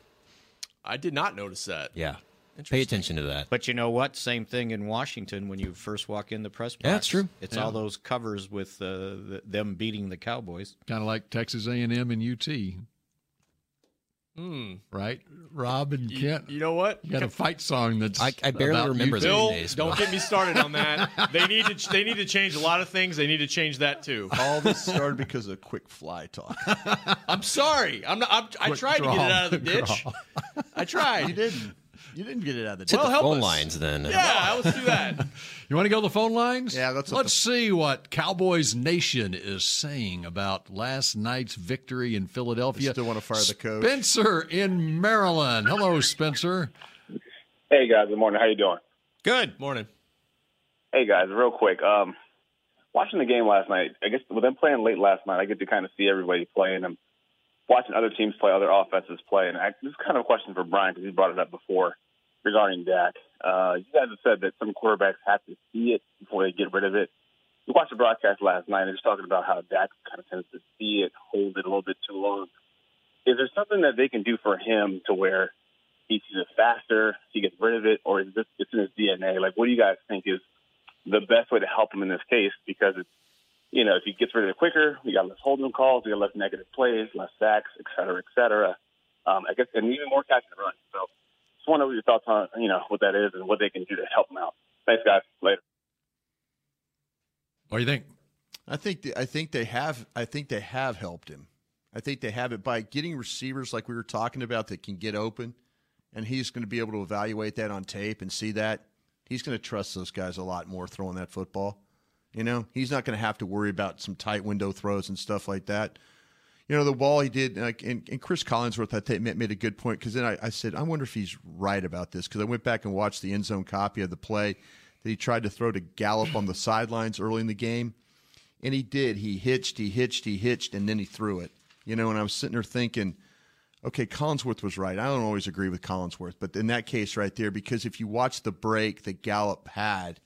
[SPEAKER 2] I did not notice that.
[SPEAKER 12] Yeah, pay attention to that.
[SPEAKER 5] But you know what? Same thing in Washington when you first walk in the press box.
[SPEAKER 12] Yeah, that's true.
[SPEAKER 5] It's all those covers with uh, the, them beating the Cowboys.
[SPEAKER 4] Kind of like Texas A and M and UT. Right, Rob and Kent.
[SPEAKER 2] You know what?
[SPEAKER 4] You got a fight song that's.
[SPEAKER 12] I- I barely
[SPEAKER 4] about
[SPEAKER 12] remember
[SPEAKER 4] UT.
[SPEAKER 12] those
[SPEAKER 2] Bill,
[SPEAKER 12] days, Bill.
[SPEAKER 2] don't get me started on that. They need to they need to change a lot of things. They need to change that too.
[SPEAKER 6] All this started because of quick fly talk.
[SPEAKER 2] I'm sorry. I'm not. I'm, I
[SPEAKER 4] Quick
[SPEAKER 2] tried to get
[SPEAKER 4] draw.
[SPEAKER 2] it out of the ditch. I tried.
[SPEAKER 6] You didn't. You didn't get it out of the
[SPEAKER 12] Hit
[SPEAKER 6] door.
[SPEAKER 12] the
[SPEAKER 2] help
[SPEAKER 12] phone
[SPEAKER 2] us.
[SPEAKER 12] lines then.
[SPEAKER 2] Yeah, let's do that.
[SPEAKER 4] You want to go to the phone lines?
[SPEAKER 6] Yeah, let's-
[SPEAKER 4] let's see what Cowboys Nation is saying about last night's victory in Philadelphia.
[SPEAKER 6] still wanna fire the coach.
[SPEAKER 4] Spencer in Maryland. Hello, Spencer.
[SPEAKER 13] Hey guys, good morning. How you doing?
[SPEAKER 2] Good morning.
[SPEAKER 13] Hey guys, real quick. Um, watching the game last night, I guess with them playing late last night, I get to kind of see everybody play, and I'm watching other teams play, other offenses play. And I, this is kind of a question for Brian because he brought it up before regarding Dak. Uh, you guys have said that some quarterbacks have to see it before they get rid of it. We watched the broadcast last night, and just talking about how Dak kind of tends to see it, hold it a little bit too long. Is there something that they can do for him to where he sees it faster, he gets rid of it, or is this it's in his DNA? Like, what do you guys think is the best way to help him in this case because it's you know if he gets rid of it quicker, we got less holding calls, we got less negative plays, less sacks, et cetera, et cetera. Um, I guess and even more catch and run. So just want to know your thoughts on you know what that is and what they can do to help him out. Thanks, guys. Later.
[SPEAKER 4] What do you think?
[SPEAKER 6] I think. The, I think they have. I think they have helped him. I think they have it by getting receivers like we were talking about that can get open, and he's going to be able to evaluate that on tape and see that. He's going to trust those guys a lot more throwing that football. You know, he's not going to have to worry about some tight window throws and stuff like that. You know, the wall he did, like, and, and Chris Collinsworth, I think, made, made a good point because then I, I said, I wonder if he's right about this because I went back and watched the end zone copy of the play that he tried to throw to Gallup on the sidelines early in the game. And he did. He hitched, he hitched, he hitched, and then he threw it. You know, and I was sitting there thinking, okay, Collinsworth was right. I don't always agree with Collinsworth, but in that case right there, because if you watch the break that Gallup had,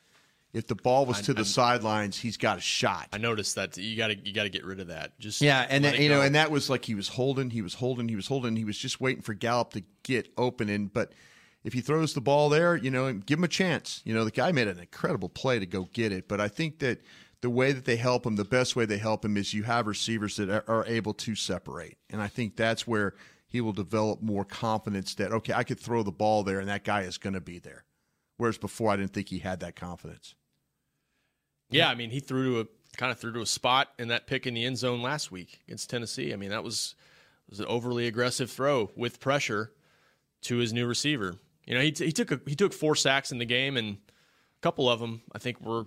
[SPEAKER 6] if the ball was
[SPEAKER 2] I-
[SPEAKER 6] to the
[SPEAKER 2] I'm-
[SPEAKER 6] sidelines, he's got a shot.
[SPEAKER 2] I noticed that you got to you got to get rid of that. Just
[SPEAKER 6] Yeah, and
[SPEAKER 2] let
[SPEAKER 6] that,
[SPEAKER 2] it
[SPEAKER 6] you know,
[SPEAKER 2] go.
[SPEAKER 6] and that was like he was holding, he was holding, he was holding, he was just waiting for Gallup to get open. And but if he throws the ball there, you know, and give him a chance. You know, the guy made an incredible play to go get it. But I think that the way that they help him, the best way they help him is you have receivers that are, are able to separate, and I think that's where he will develop more confidence that okay, I could throw the ball there, and that guy is going to be there. Whereas before, I didn't think he had that confidence.
[SPEAKER 2] Yeah, I mean, he threw to a kind of threw to a spot in that pick in the end zone last week against Tennessee. I mean, that was was an overly aggressive throw with pressure to his new receiver. You know, he, t- he took a, he took four sacks in the game, and a couple of them I think were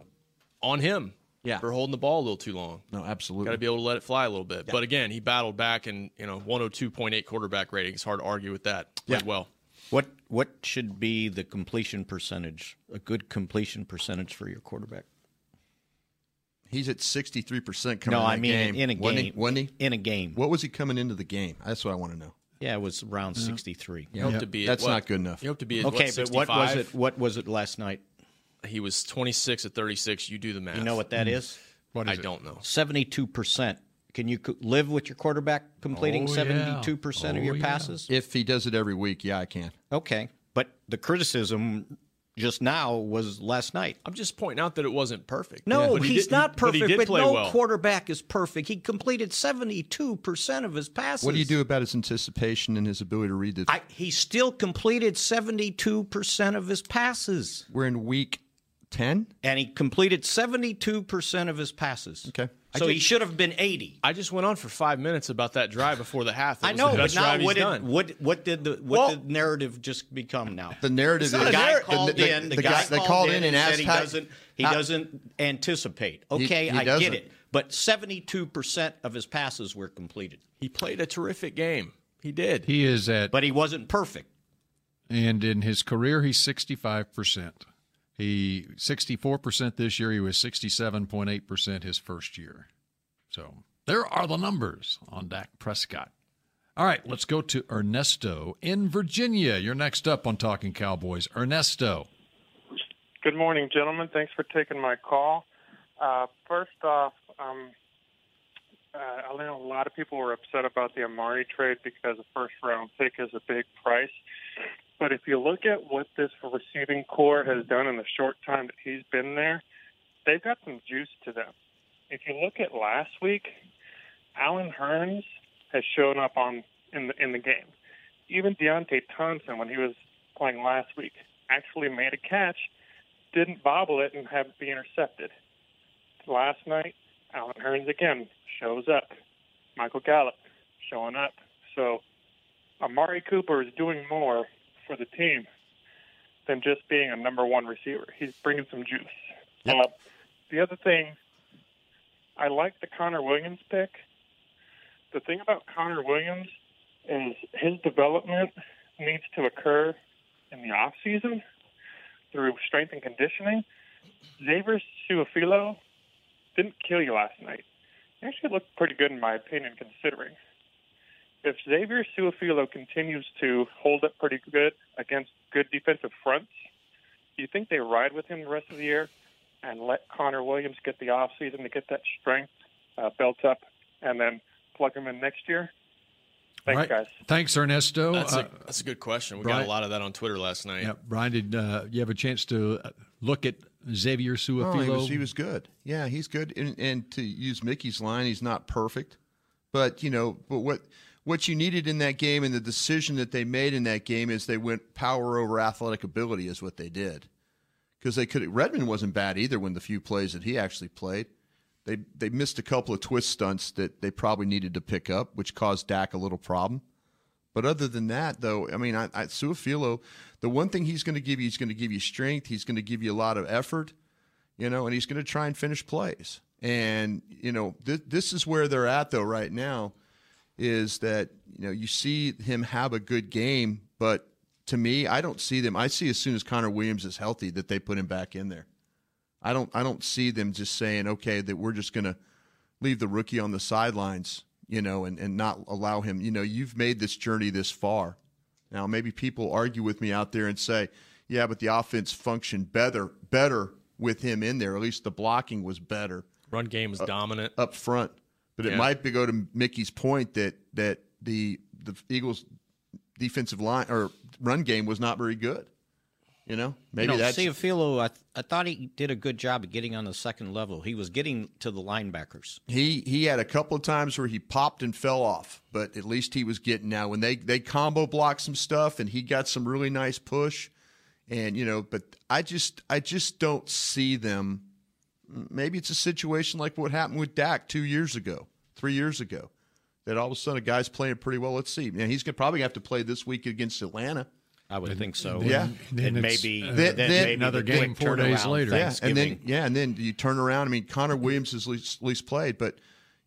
[SPEAKER 2] on him.
[SPEAKER 6] Yeah,
[SPEAKER 2] for holding the ball a little too long.
[SPEAKER 6] No, absolutely.
[SPEAKER 2] Got to be able to let it fly a little bit.
[SPEAKER 6] Yeah.
[SPEAKER 2] But again, he battled back, and you know, one hundred two point eight quarterback rating. It's hard to argue with that. Played well.
[SPEAKER 5] What what should be the completion percentage? A good completion percentage for your quarterback?
[SPEAKER 6] He's at sixty three percent coming.
[SPEAKER 5] No,
[SPEAKER 6] in
[SPEAKER 5] I
[SPEAKER 6] that
[SPEAKER 5] mean
[SPEAKER 6] game.
[SPEAKER 5] in a
[SPEAKER 6] Wasn't he-
[SPEAKER 5] game.
[SPEAKER 6] wasn't he?
[SPEAKER 5] In a game.
[SPEAKER 6] What was he coming into the game? That's what I want to know.
[SPEAKER 5] Yeah, it was around sixty three.
[SPEAKER 6] You hope to be at That's what- not good enough. you hope to be at what,
[SPEAKER 5] okay, but what was
[SPEAKER 2] 65?
[SPEAKER 5] it? What was it last night?
[SPEAKER 2] He was twenty six at thirty six. You do the math.
[SPEAKER 5] You know what that is?
[SPEAKER 2] I don't know.
[SPEAKER 5] Seventy-two percent. Can you co- live with your quarterback completing
[SPEAKER 6] Oh, yeah.
[SPEAKER 5] seventy-two percent of
[SPEAKER 6] Oh,
[SPEAKER 5] your
[SPEAKER 6] yeah.
[SPEAKER 5] passes?
[SPEAKER 6] If he does it every week, yeah, I can.
[SPEAKER 5] Okay, but the criticism just now was last night.
[SPEAKER 2] I'm just pointing out that it wasn't perfect.
[SPEAKER 5] No,
[SPEAKER 2] But he
[SPEAKER 5] he's
[SPEAKER 2] did-
[SPEAKER 5] not
[SPEAKER 2] but he
[SPEAKER 5] perfect. But,
[SPEAKER 2] did play
[SPEAKER 5] no
[SPEAKER 2] well.
[SPEAKER 5] quarterback is perfect. He completed seventy-two percent of his passes.
[SPEAKER 6] What do you do about his anticipation and his ability to read the?
[SPEAKER 5] I, he still completed seventy-two percent of his passes.
[SPEAKER 6] We're in week ten,
[SPEAKER 5] and he completed seventy-two percent of his passes.
[SPEAKER 6] Okay,
[SPEAKER 5] so
[SPEAKER 2] I
[SPEAKER 5] he
[SPEAKER 2] just-
[SPEAKER 5] should have been eighty.
[SPEAKER 2] I just went on for five minutes about that drive before the half. It
[SPEAKER 5] I
[SPEAKER 2] was
[SPEAKER 5] know,
[SPEAKER 2] the
[SPEAKER 5] but
[SPEAKER 2] best
[SPEAKER 5] now
[SPEAKER 2] drive
[SPEAKER 5] what
[SPEAKER 2] he's
[SPEAKER 5] did,
[SPEAKER 2] done.
[SPEAKER 5] what what did the what did the narrative just become now?
[SPEAKER 6] The narrative
[SPEAKER 5] the
[SPEAKER 6] is-
[SPEAKER 5] guy
[SPEAKER 6] The narr-
[SPEAKER 5] called
[SPEAKER 6] the- the-
[SPEAKER 5] in. The,
[SPEAKER 6] the
[SPEAKER 5] guy,
[SPEAKER 6] guy- they called in and
[SPEAKER 5] said
[SPEAKER 6] asked
[SPEAKER 5] he
[SPEAKER 6] how-
[SPEAKER 5] doesn't he
[SPEAKER 6] how-
[SPEAKER 5] doesn't anticipate.
[SPEAKER 6] He-
[SPEAKER 5] Okay,
[SPEAKER 6] he
[SPEAKER 5] I
[SPEAKER 6] doesn't.
[SPEAKER 5] get it. But seventy two percent of his passes were completed.
[SPEAKER 2] He played a terrific game. He did.
[SPEAKER 4] He is at,
[SPEAKER 5] but he wasn't perfect.
[SPEAKER 4] And in his career, he's sixty-five percent. He sixty-four percent this year. He was sixty-seven point eight percent his first year. So there are the numbers on Dak Prescott. All right, let's go to Ernesto in Virginia. You're next up on Talking Cowboys. Ernesto.
[SPEAKER 14] Good morning, gentlemen. Thanks for taking my call. Uh, first off, um, uh, I know a lot of people were upset about the Amari trade because a first round pick is a big price. But if you look at what this receiving core has done in the short time that he's been there, they've got some juice to them. If you look at last week, Alan Hearns has shown up on in the in the game. Even Deontay Thompson, when he was playing last week, actually made a catch didn't bobble it and have it be intercepted. Last night, Alan Hearns again shows up. Michael Gallup showing up. So Amari Cooper is doing more for the team than just being a number one receiver. He's bringing some juice. Uh, the other thing, I like the Connor Williams pick. The thing about Connor Williams is his development needs to occur in the off season through strength and conditioning. Xavier Suafilo didn't kill you last night. He actually looked pretty good, in my opinion, considering. If Xavier Suafilo continues to hold up pretty good against good defensive fronts, do you think they ride with him the rest of the year and let Connor Williams get the offseason to get that strength uh, built up and then plug him in next year? Thanks,
[SPEAKER 4] Right.
[SPEAKER 14] guys.
[SPEAKER 4] Thanks, Ernesto.
[SPEAKER 2] That's,
[SPEAKER 4] Uh,
[SPEAKER 2] a, that's a good question. We got
[SPEAKER 4] Brian-
[SPEAKER 2] a lot of that on Twitter last night.
[SPEAKER 4] yeah, Brian, did uh, you have a chance to uh, look at Xavier Suafilo?
[SPEAKER 6] Oh, he was he was good. Yeah, he's good. And, and to use Mickey's line, he's not perfect, but you know, but what what you needed in that game and the decision that they made in that game is they went power over athletic ability is what they did because they could. Redmond wasn't bad either when the few plays that he actually played. They they missed a couple of twist stunts that they probably needed to pick up, which caused Dak a little problem. But other than that, though, I mean, I, I, Suafilo, the one thing he's going to give you, he's going to give you strength. He's going to give you a lot of effort, you know, and he's going to try and finish plays. And you know, th- this is where they're at though right now, is that you know you see him have a good game, but to me, I don't see them. I see as soon as Connor Williams is healthy that they put him back in there. I don't I don't see them just saying okay that we're just going to leave the rookie on the sidelines, you know, and and not allow him. You know, you've made this journey this far. Now maybe people argue with me out there and say, yeah, but the offense functioned better better with him in there. At least the blocking was better.
[SPEAKER 2] Run
[SPEAKER 5] Uh,
[SPEAKER 2] game was
[SPEAKER 6] up-
[SPEAKER 2] dominant.
[SPEAKER 6] up front. But it
[SPEAKER 2] Yeah.
[SPEAKER 6] might be go to Mickey's point that that the the Eagles defensive line or run game was not very good. You know, maybe
[SPEAKER 5] you know,
[SPEAKER 6] that's
[SPEAKER 5] Teofilo, I, th- I thought he did a good job of getting on the second level. He was getting to the linebackers.
[SPEAKER 6] he he had a couple of times where he popped and fell off, but at least he was getting now when they they combo blocked some stuff and he got some really nice push, and you know, but I just I just don't see them. Maybe it's a situation like what happened with Dak two years ago, three years ago, that all of a sudden a guy's playing pretty well. Let's see, and he's gonna probably have to play this week against Atlanta.
[SPEAKER 5] I would think so.
[SPEAKER 6] Yeah,
[SPEAKER 5] And Then it's- maybe-
[SPEAKER 6] Then-
[SPEAKER 5] then
[SPEAKER 6] then-
[SPEAKER 5] maybe Another the game quick four days turnaround, later.
[SPEAKER 6] Yeah, and then
[SPEAKER 5] Thanksgiving.
[SPEAKER 6] yeah, and then you turn around. I mean, Connor Williams is least, least played, but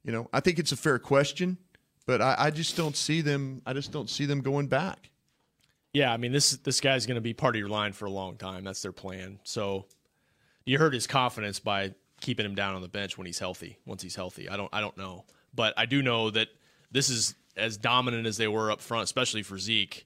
[SPEAKER 6] you know, I think it's a fair question, but I, I just don't see them. I just don't see them going back.
[SPEAKER 2] Yeah, I mean this this guy's going to be part of your line for a long time. That's their plan. So you hurt his confidence by keeping him down on the bench when he's healthy. Once he's healthy, I don't I don't know, but I do know that this is as dominant as they were up front, especially for Zeke.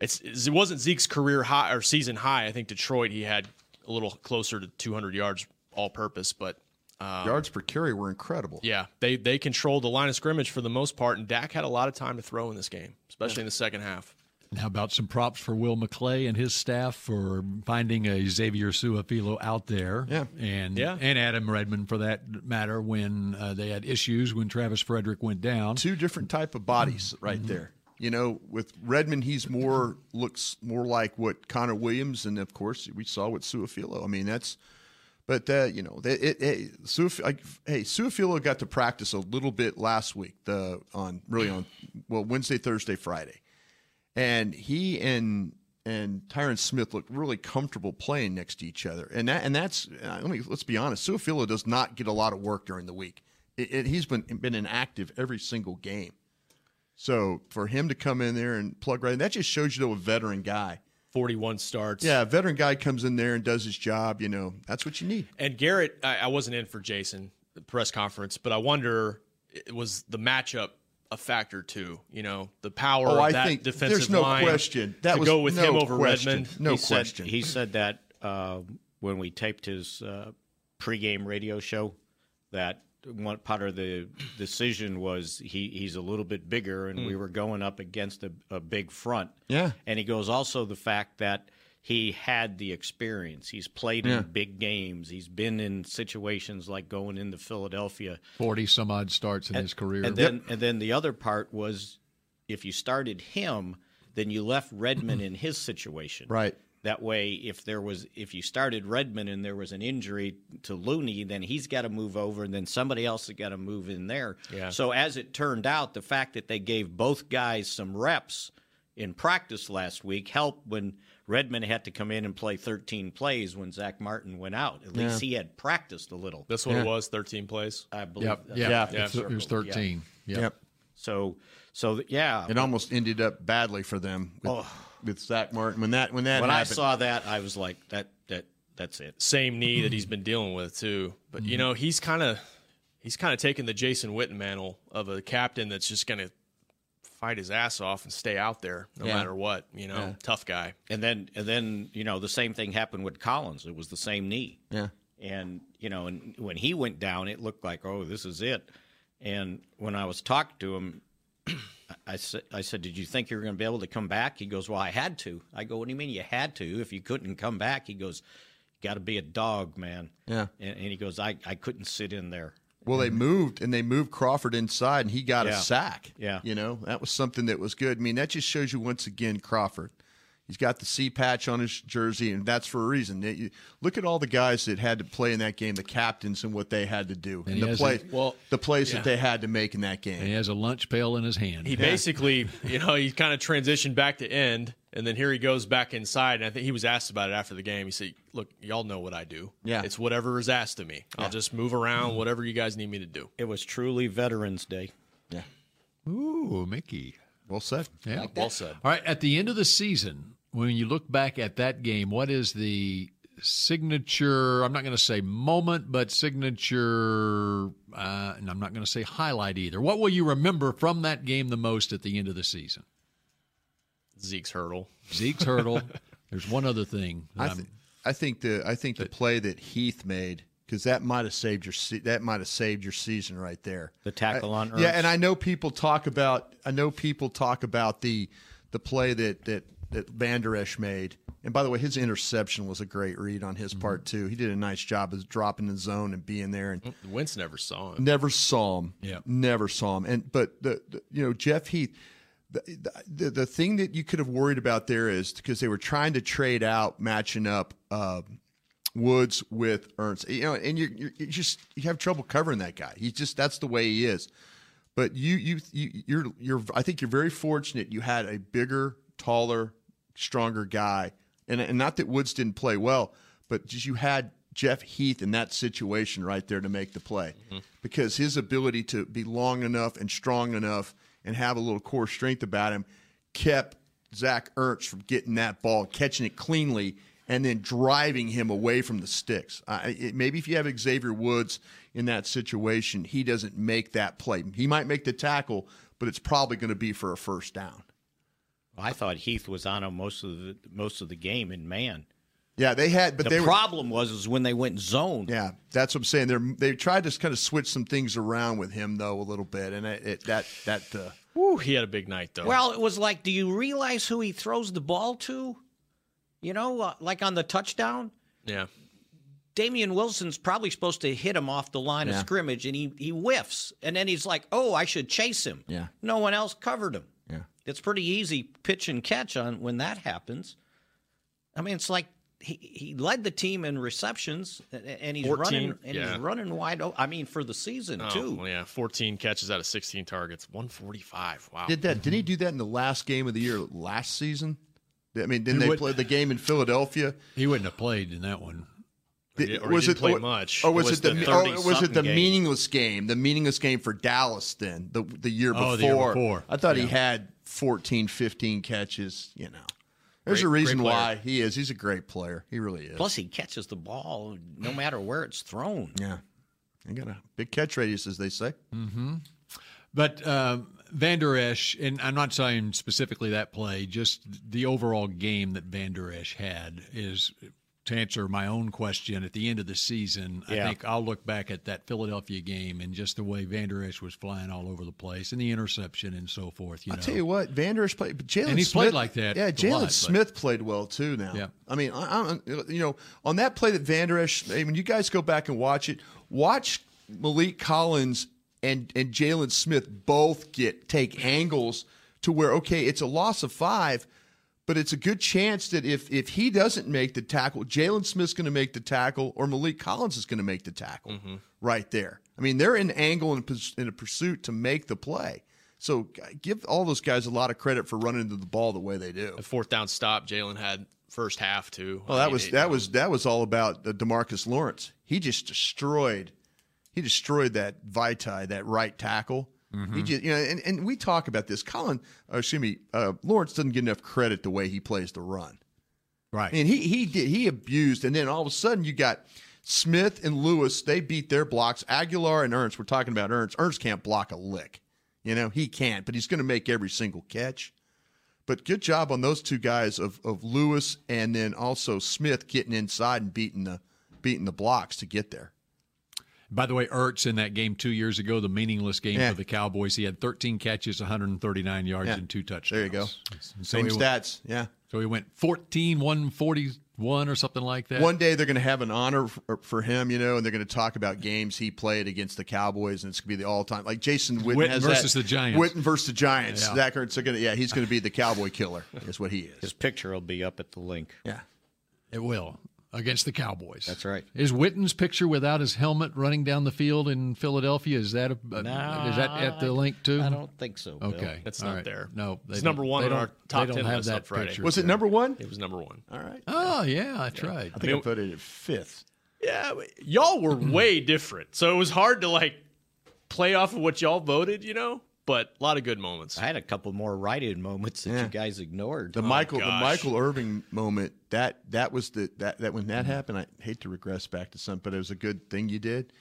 [SPEAKER 2] It's it wasn't Zeke's career high or season high. I think Detroit he had a little closer to 200 yards all purpose, but
[SPEAKER 5] Uh,
[SPEAKER 2] um,
[SPEAKER 6] Yards per carry were incredible.
[SPEAKER 2] yeah, they they controlled the line of scrimmage for the most part, and Dak had a lot of time to throw in this game, especially in the second half.
[SPEAKER 4] And how about some props for Will McClay and his staff for finding a Xavier Suafilo out there?
[SPEAKER 2] Yeah.
[SPEAKER 4] And,
[SPEAKER 2] Yeah.
[SPEAKER 4] and Adam Redmond, for that matter, when uh, they had issues when Travis Frederick went down.
[SPEAKER 6] Two different type of bodies right there. You know, with Redmond, he's more looks more like what Connor Williams, and of course we saw with Suafilo. I mean, that's. But uh, you know, they, it, it, Suaf, like, hey, Suafilo got to practice a little bit last week. The on really on well Wednesday, Thursday, Friday, and he and and Tyron Smith looked really comfortable playing next to each other. And that and that's uh, let me let's be honest, Suafilo does not get a lot of work during the week. It, it, he's been been inactive every single game. So for him to come in there and plug right in, that just shows you though a veteran guy.
[SPEAKER 2] 41 starts.
[SPEAKER 6] Yeah, a veteran guy comes in there and does his job, you know. That's what you need.
[SPEAKER 2] And Garrett, I, I wasn't in for Jason the press conference, but I wonder it was the matchup a factor too? You know, the power
[SPEAKER 6] Oh,
[SPEAKER 2] of
[SPEAKER 6] I
[SPEAKER 2] that
[SPEAKER 6] think there's
[SPEAKER 2] defensive
[SPEAKER 6] no
[SPEAKER 2] line
[SPEAKER 6] question. That
[SPEAKER 2] to
[SPEAKER 6] was
[SPEAKER 2] go with
[SPEAKER 6] no
[SPEAKER 2] him over
[SPEAKER 6] question.
[SPEAKER 2] Redmond.
[SPEAKER 6] No
[SPEAKER 5] he said-
[SPEAKER 6] question.
[SPEAKER 5] he said that uh, when we taped his uh, pregame radio show, that one part of the decision was he, he's a little bit bigger, and we
[SPEAKER 6] Mm.
[SPEAKER 5] were going up against a, a big front.
[SPEAKER 6] Yeah.
[SPEAKER 5] And he goes also the fact that he had the experience. He's played
[SPEAKER 4] Yeah.
[SPEAKER 5] in big games. He's been in situations like going into Philadelphia
[SPEAKER 4] 40 some odd starts in
[SPEAKER 5] and,
[SPEAKER 4] his career.
[SPEAKER 5] And then, and then the other part was, if you started him, then you left Redmond in his situation.
[SPEAKER 6] Right.
[SPEAKER 5] That way, if there was, if you started Redmond and there was an injury to Looney, then he's got to move over, and then somebody else has got to move in there.
[SPEAKER 2] Yeah.
[SPEAKER 5] So as it turned out, the fact that they gave both guys some reps in practice last week helped when Redmond had to come in and play 13 plays when Zach Martin went out. At least
[SPEAKER 2] Yeah.
[SPEAKER 5] he had practiced a little.
[SPEAKER 2] That's what
[SPEAKER 5] Yeah.
[SPEAKER 2] it was, 13 plays.
[SPEAKER 5] I believe. that's what I circled, yeah. So, so th- yeah, Oh.
[SPEAKER 6] It almost ended up badly for them with, with Zach Martin when that when that
[SPEAKER 5] when
[SPEAKER 6] happened.
[SPEAKER 5] I saw that, I was like, that that that's it.
[SPEAKER 2] Same knee that he's been dealing with too. But you know, he's kind of he's kind of taking the Jason Witten mantle of a captain that's just going to fight his ass off and stay out there no
[SPEAKER 5] Yeah.
[SPEAKER 2] matter what. You know,
[SPEAKER 5] Yeah.
[SPEAKER 2] tough guy.
[SPEAKER 5] And then and then you know the same thing happened with Collins. It was the same knee.
[SPEAKER 6] Yeah.
[SPEAKER 5] And you know, and when he went down, it looked like, oh, this is it. And when I was talking to him, I said, I said, did you think you were going to be able to come back? He goes, well, I had to. I go, what do you mean you had to? If you couldn't come back, he goes, got to be a dog, man.
[SPEAKER 6] Yeah.
[SPEAKER 5] And, and he goes, I, I couldn't sit in there.
[SPEAKER 6] Well, they moved and they moved Crawford inside, and he got
[SPEAKER 5] Yeah.
[SPEAKER 6] a sack.
[SPEAKER 5] Yeah.
[SPEAKER 6] you know that was something that was good. I mean, that just shows you once again Crawford. He's got the C patch on his jersey, and that's for a reason. They- you- Look at all the guys that had to play in that game, the captains, and what they had to do,
[SPEAKER 4] And
[SPEAKER 6] and,
[SPEAKER 4] he
[SPEAKER 6] the
[SPEAKER 4] has
[SPEAKER 6] play,
[SPEAKER 4] a- well,
[SPEAKER 6] the plays
[SPEAKER 2] yeah.
[SPEAKER 6] that they had to make in that game.
[SPEAKER 4] He has a lunch pail in his hand.
[SPEAKER 2] He basically, you know, he kind of transitioned back to end, and then here he goes back inside. And I think he was asked about it after the game. He said, "Look, y'all know what I do.
[SPEAKER 5] Yeah.
[SPEAKER 2] it's whatever is asked of me. I'll just move around whatever you guys need me to do."
[SPEAKER 5] It was truly Veterans Day.
[SPEAKER 6] Yeah.
[SPEAKER 4] Ooh, Mickey.
[SPEAKER 6] Well said.
[SPEAKER 4] Yeah,
[SPEAKER 2] Well said.
[SPEAKER 4] All right. At the end of the season, when you look back at that game, what is the signature? I'm not going to say moment, but signature, uh, and I'm not going to say highlight either. What will you remember from that game the most at the end of the season?
[SPEAKER 2] Zeke's hurdle.
[SPEAKER 4] Zeke's hurdle. There's one other thing. that
[SPEAKER 6] I,
[SPEAKER 4] I'm-
[SPEAKER 6] th- I think the I think the play that Heath made because that might have saved your se- that might have saved your season right there.
[SPEAKER 5] The tackle on
[SPEAKER 6] I, yeah,
[SPEAKER 5] Ertz.
[SPEAKER 6] and I know people talk about I know people talk about the the play that that that Van Der Esch made. And by the way, his interception was a great read on
[SPEAKER 4] Mm-hmm.
[SPEAKER 6] his part too. He did a nice job of dropping the zone and being there and
[SPEAKER 2] Wentz never saw him.
[SPEAKER 6] Never saw him.
[SPEAKER 2] Yeah.
[SPEAKER 6] Never saw him. And but the, the- you know Jeff Heath, the, the the thing that you could have worried about there is because they were trying to trade out matching up uh, Woods with Ernst. You know, and you're, you're, you just you have trouble covering that guy. He's just that's the way he is. But you you you you're you're I think you're very fortunate. You had a bigger, taller, stronger guy, and and not that Woods didn't play well, but just you had Jeff Heath in that situation right there to make the play because his ability to be long enough and strong enough and have a little core strength about him kept Zach Ertz from getting that ball, catching it cleanly, and then driving him away from the sticks. I it, maybe if you have Xavier Woods in that situation, he doesn't make that play. He might make the tackle, but it's probably going to be for a first down.
[SPEAKER 5] I thought Heath was on him most of the most of the game in man.
[SPEAKER 6] Yeah, they had, but
[SPEAKER 5] the
[SPEAKER 6] they were-
[SPEAKER 5] problem was is when they went zone.
[SPEAKER 6] Yeah, that's what I'm saying. They they tried to kind of switch some things around with him though a little bit, and it, it that that. Uh,
[SPEAKER 2] Woo, he had a big night though.
[SPEAKER 5] Well, it was like, do you realize who he throws the ball to? You know, uh, like on the touchdown,
[SPEAKER 2] yeah,
[SPEAKER 5] Damian Wilson's probably supposed to hit him off the line
[SPEAKER 6] Yeah.
[SPEAKER 5] of scrimmage, and he he whiffs, and then he's like, oh, I should chase him.
[SPEAKER 6] Yeah.
[SPEAKER 5] No one else covered him.
[SPEAKER 6] Yeah.
[SPEAKER 5] It's pretty easy pitch and catch on when that happens. I mean, it's like he, he led the team in receptions, a- a- and he's
[SPEAKER 2] 14,
[SPEAKER 5] running and
[SPEAKER 2] yeah.
[SPEAKER 5] he's running wide open. I mean, for the season
[SPEAKER 2] Oh,
[SPEAKER 5] too.
[SPEAKER 2] well, yeah, fourteen catches out of sixteen targets, one forty-five. Wow.
[SPEAKER 6] Did that? Didn't he do that in the last game of the year last season? I mean, didn't
[SPEAKER 4] He
[SPEAKER 6] they
[SPEAKER 4] would-
[SPEAKER 6] play the game in Philadelphia?
[SPEAKER 4] he wouldn't have played in that one.
[SPEAKER 2] Or he- or he didn't play much.
[SPEAKER 6] Or
[SPEAKER 2] It
[SPEAKER 6] was it,
[SPEAKER 2] was
[SPEAKER 6] the,
[SPEAKER 2] the
[SPEAKER 6] or was it
[SPEAKER 2] 30-something
[SPEAKER 6] the
[SPEAKER 2] game.
[SPEAKER 6] meaningless game? The meaningless game for Dallas then the the year before.
[SPEAKER 4] Oh, the year before.
[SPEAKER 6] I thought he
[SPEAKER 4] Yeah.
[SPEAKER 6] had 14, 15 catches. You know, there's
[SPEAKER 5] Great-
[SPEAKER 6] a reason
[SPEAKER 5] great player.
[SPEAKER 6] why he is. He's a great player. He really is.
[SPEAKER 5] Plus, he catches the ball no matter where it's thrown.
[SPEAKER 6] yeah, he got a big catch radius, as they say.
[SPEAKER 3] Mm-hmm.
[SPEAKER 4] hmm But um, Van Der Esch, and I'm not saying specifically that play, just the overall game that Van Der Esch had is to answer my own question at the end of the season. I
[SPEAKER 5] Yeah.
[SPEAKER 4] think I'll look back at that Philadelphia game and just the way Van Der Esch was flying all over the place and the interception and so forth. You
[SPEAKER 6] I
[SPEAKER 4] know,
[SPEAKER 6] tell you what, Vander's played, but Jalen
[SPEAKER 4] And he's
[SPEAKER 6] Smith-
[SPEAKER 4] played like that
[SPEAKER 6] Yeah,
[SPEAKER 4] a lot,
[SPEAKER 6] Jalen
[SPEAKER 4] but-
[SPEAKER 6] Smith played well too. Now,
[SPEAKER 4] Yeah.
[SPEAKER 6] I mean, I, I, you know, on that play that Vander Esch, I mean, you guys go back and watch it. Watch Malik Collins and and Jalen Smith both get take angles to where okay, it's a loss of five, but it's a good chance that if if he doesn't make the tackle, Jalen Smith's going to make the tackle, or Malik Collins is going to make the tackle
[SPEAKER 2] Mm-hmm.
[SPEAKER 6] right there. I mean, they're in angle and pus- in a pursuit to make the play. So g- give all those guys a lot of credit for running into the ball the way they do.
[SPEAKER 2] A fourth down stop. Jalen had first half too.
[SPEAKER 6] Well,
[SPEAKER 2] I
[SPEAKER 6] that
[SPEAKER 2] mean,
[SPEAKER 6] was
[SPEAKER 2] it-
[SPEAKER 6] that was that was all about the Demarcus Lawrence. He just destroyed, he destroyed that Vitae, that right tackle. He
[SPEAKER 15] Mhm.
[SPEAKER 6] just, you know, and, and we talk about this. Colin, uh, excuse me, uh, Lawrence doesn't get enough credit the way he plays the run.
[SPEAKER 4] Right.
[SPEAKER 6] And he he did he abused, and then all of a sudden you got Smith and Lewis. They beat their blocks. Aguilar and Ernst. We're talking about Ernst. Ernst can't block a lick. You know he can't, but he's going to make every single catch. But good job on those two guys of of Lewis and then also Smith getting inside and beating the beating the blocks to get there.
[SPEAKER 4] By the way, Ertz in that game two years ago, the meaningless game
[SPEAKER 6] Yeah.
[SPEAKER 4] for the Cowboys, he had 13 catches, 139 yards,
[SPEAKER 6] Yeah.
[SPEAKER 4] and two touchdowns.
[SPEAKER 6] There you go.
[SPEAKER 4] And so
[SPEAKER 6] Same
[SPEAKER 4] he wa-
[SPEAKER 6] stats. Yeah.
[SPEAKER 4] So he went 14, 141 or something like that.
[SPEAKER 6] One day they're going to have an honor for, for him, you know, and they're going to talk about games he played against the Cowboys, and it's going to be the all-time like Jason Witten,
[SPEAKER 4] Witten
[SPEAKER 6] has
[SPEAKER 4] versus
[SPEAKER 6] that-
[SPEAKER 4] the Giants.
[SPEAKER 6] Witten versus the Giants.
[SPEAKER 4] Yeah.
[SPEAKER 6] That it's going to yeah, he's going to be the Cowboy killer. Is what he is.
[SPEAKER 5] His picture will be up at the link.
[SPEAKER 6] Yeah,
[SPEAKER 4] It will against the Cowboys.
[SPEAKER 5] that's right.
[SPEAKER 4] Is Witten's picture without his helmet running down the field in Philadelphia? Is that a,
[SPEAKER 5] Nah,
[SPEAKER 4] is that at the link too?
[SPEAKER 5] I don't think so. Bill.
[SPEAKER 4] Okay,
[SPEAKER 2] That's
[SPEAKER 4] all
[SPEAKER 2] not
[SPEAKER 4] right.
[SPEAKER 2] there.
[SPEAKER 4] No, they
[SPEAKER 2] It's
[SPEAKER 4] don't-
[SPEAKER 2] number one
[SPEAKER 4] they
[SPEAKER 2] on our
[SPEAKER 4] don't-
[SPEAKER 2] top
[SPEAKER 4] they
[SPEAKER 2] 10
[SPEAKER 4] don't have
[SPEAKER 2] list
[SPEAKER 4] that
[SPEAKER 2] on Friday.
[SPEAKER 4] picture.
[SPEAKER 6] Was it number one?
[SPEAKER 2] It was number one.
[SPEAKER 6] All right.
[SPEAKER 4] Oh yeah, that's right.
[SPEAKER 6] I think I, put it at fifth.
[SPEAKER 2] Yeah, but y'all were
[SPEAKER 4] Mm-hmm.
[SPEAKER 2] way different, so it was hard to like play off of what y'all voted, you know. But a lot of good moments.
[SPEAKER 5] I had a couple more write-in moments that you guys ignored.
[SPEAKER 6] The Oh, Michael the Michael Irving moment that that was the that that when that happened I hate to regress back to something but it was a good thing you did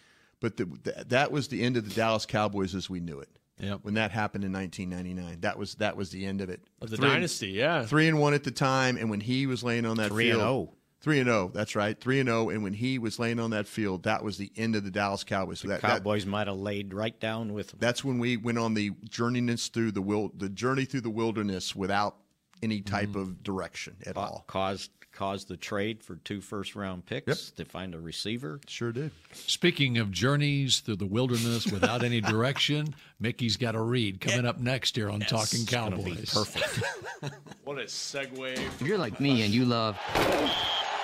[SPEAKER 6] but the, th- that was the end of the Dallas Cowboys as we knew it
[SPEAKER 4] Yep.
[SPEAKER 6] when that happened in 1999 that was that was the end of it
[SPEAKER 2] Of the
[SPEAKER 6] Three-
[SPEAKER 2] dynasty, yeah.
[SPEAKER 6] 3 and 1 at the time and when he was laying on that
[SPEAKER 5] Three and
[SPEAKER 6] field
[SPEAKER 5] oh.
[SPEAKER 6] 3 and 0 that's right 3 and 0 and when he was laying on that field that was the end of the Dallas Cowboys so that, that
[SPEAKER 5] Cowboys might have laid right down with them.
[SPEAKER 6] that's when we went on the journeyness through the wil- the journey through the wilderness without any type
[SPEAKER 5] Mm-hmm.
[SPEAKER 6] of direction at all
[SPEAKER 5] caused caused the trade for two first round picks to find a receiver.
[SPEAKER 6] Sure did.
[SPEAKER 4] Speaking of journeys through the wilderness without any direction, Mickey's got a read coming up next here on Talking Cowboys.
[SPEAKER 5] Perfect.
[SPEAKER 2] What a segue.
[SPEAKER 9] If you're like me and you love.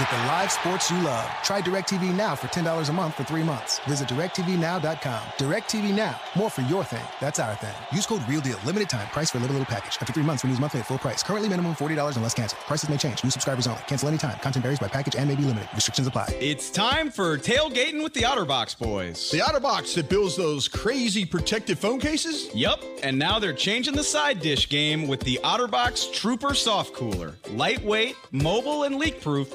[SPEAKER 10] Get the live sports you love. Try DirecTV Now for $10 a month for three months. Visit DirecTVNow.com. DirecTV Now. More for your thing. That's our thing. Use code REAL DEAL. Limited time. Price for a little, little package. After three months, renews monthly at full price. Currently minimum $40 unless canceled. Prices may change. New subscribers only. Cancel anytime. Content varies by package and may be limited. Restrictions apply.
[SPEAKER 15] It's time for tailgating with the OtterBox boys.
[SPEAKER 16] The OtterBox that builds those crazy protective phone cases?
[SPEAKER 15] Yup, and now they're changing the side dish game with the OtterBox Trooper Soft Cooler. Lightweight, mobile, and leak-proof,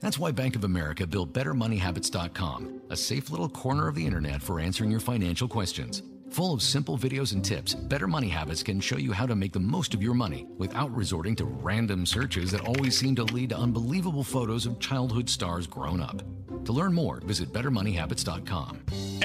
[SPEAKER 17] That's why Bank of America built BetterMoneyHabits.com, a safe little corner of the internet for answering your financial questions. Full of simple videos and tips, Better Money Habits can show you how to make the most of your money without resorting to random searches that always seem to lead to unbelievable photos of childhood stars grown up. To learn more, visit BetterMoneyHabits.com.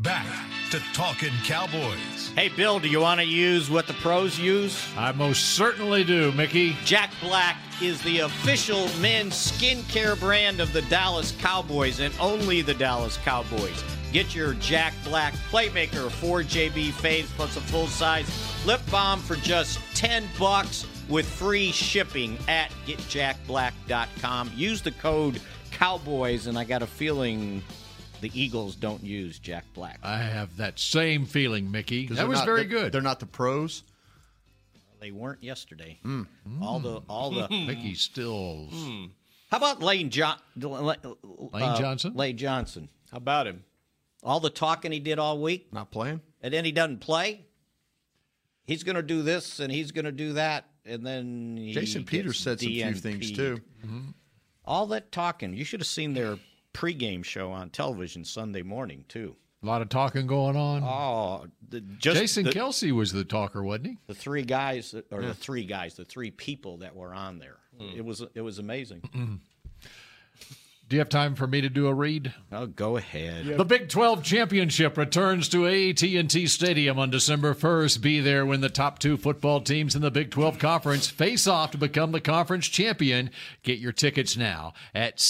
[SPEAKER 1] Back to Talking Cowboys.
[SPEAKER 5] Hey, Bill, do you want to use what the pros use?
[SPEAKER 4] I most certainly do, Mickey.
[SPEAKER 5] Jack Black is the official men's skincare brand of the Dallas Cowboys and only the Dallas Cowboys. Get your Jack Black Playmaker 4JB fades plus a full size lip balm for just 10 bucks with free shipping at getjackblack.com. Use the code Cowboys, and I got a feeling the Eagles don't use Jack Black.
[SPEAKER 4] I have that same feeling, Mickey.
[SPEAKER 5] 'Cause
[SPEAKER 4] That
[SPEAKER 5] they're
[SPEAKER 4] was
[SPEAKER 5] not-
[SPEAKER 4] very
[SPEAKER 5] they're-
[SPEAKER 4] good.
[SPEAKER 6] They're not the pros.
[SPEAKER 5] They weren't yesterday. All the Hmm. all the
[SPEAKER 2] Hmm.
[SPEAKER 4] Mickey Stills.
[SPEAKER 5] How about Lane John Lane uh,
[SPEAKER 4] Johnson?
[SPEAKER 5] Lane Johnson.
[SPEAKER 2] How about him?
[SPEAKER 5] All the talking he did all week.
[SPEAKER 6] Not playing.
[SPEAKER 5] And then he doesn't play. He's going to do this and he's going to do that and then he
[SPEAKER 6] Jason Peters
[SPEAKER 5] gets
[SPEAKER 6] said some few
[SPEAKER 5] DNP'd.
[SPEAKER 6] things too.
[SPEAKER 5] Mm-hmm. All that talking. You should have seen their pregame show on television Sunday morning too.
[SPEAKER 4] A lot of talking going on.
[SPEAKER 5] Oh, the, just
[SPEAKER 4] Jason
[SPEAKER 5] the-
[SPEAKER 4] Kelsey was the talker, wasn't he?
[SPEAKER 5] the three guys that- or
[SPEAKER 4] Yeah.
[SPEAKER 5] the three guys, the three people that were on there.
[SPEAKER 2] Hmm.
[SPEAKER 5] It was it was amazing.
[SPEAKER 4] Do you have time for me to do a read?
[SPEAKER 5] Oh, go ahead.
[SPEAKER 4] The Big 12 Championship returns to AT&T Stadium on December 1st. Be there when the top two football teams in the Big 12 Conference face off to become the conference champion. Get your tickets now at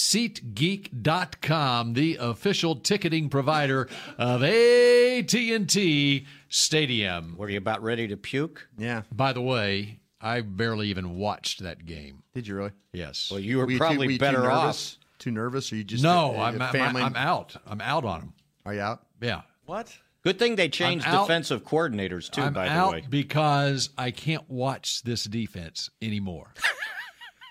[SPEAKER 4] SeatGeek.com, the official ticketing provider of AT&T Stadium.
[SPEAKER 5] Were you about ready to puke?
[SPEAKER 6] Yeah.
[SPEAKER 4] By the way, I barely even watched that game.
[SPEAKER 6] Did you really?
[SPEAKER 4] Yes.
[SPEAKER 5] Well, you were
[SPEAKER 6] you too-
[SPEAKER 5] probably
[SPEAKER 6] you too
[SPEAKER 5] better
[SPEAKER 6] nervous?
[SPEAKER 5] off.
[SPEAKER 6] Too nervous? Or you just
[SPEAKER 4] no,
[SPEAKER 6] a- a
[SPEAKER 4] I'm, I'm,
[SPEAKER 6] family-
[SPEAKER 4] I'm out. I'm out on them.
[SPEAKER 6] Are you out?
[SPEAKER 4] Yeah.
[SPEAKER 2] What?
[SPEAKER 5] Good thing they changed
[SPEAKER 4] out.
[SPEAKER 5] defensive coordinators too.
[SPEAKER 4] I'm
[SPEAKER 5] by
[SPEAKER 4] out
[SPEAKER 5] the way,
[SPEAKER 4] because I can't watch this defense anymore.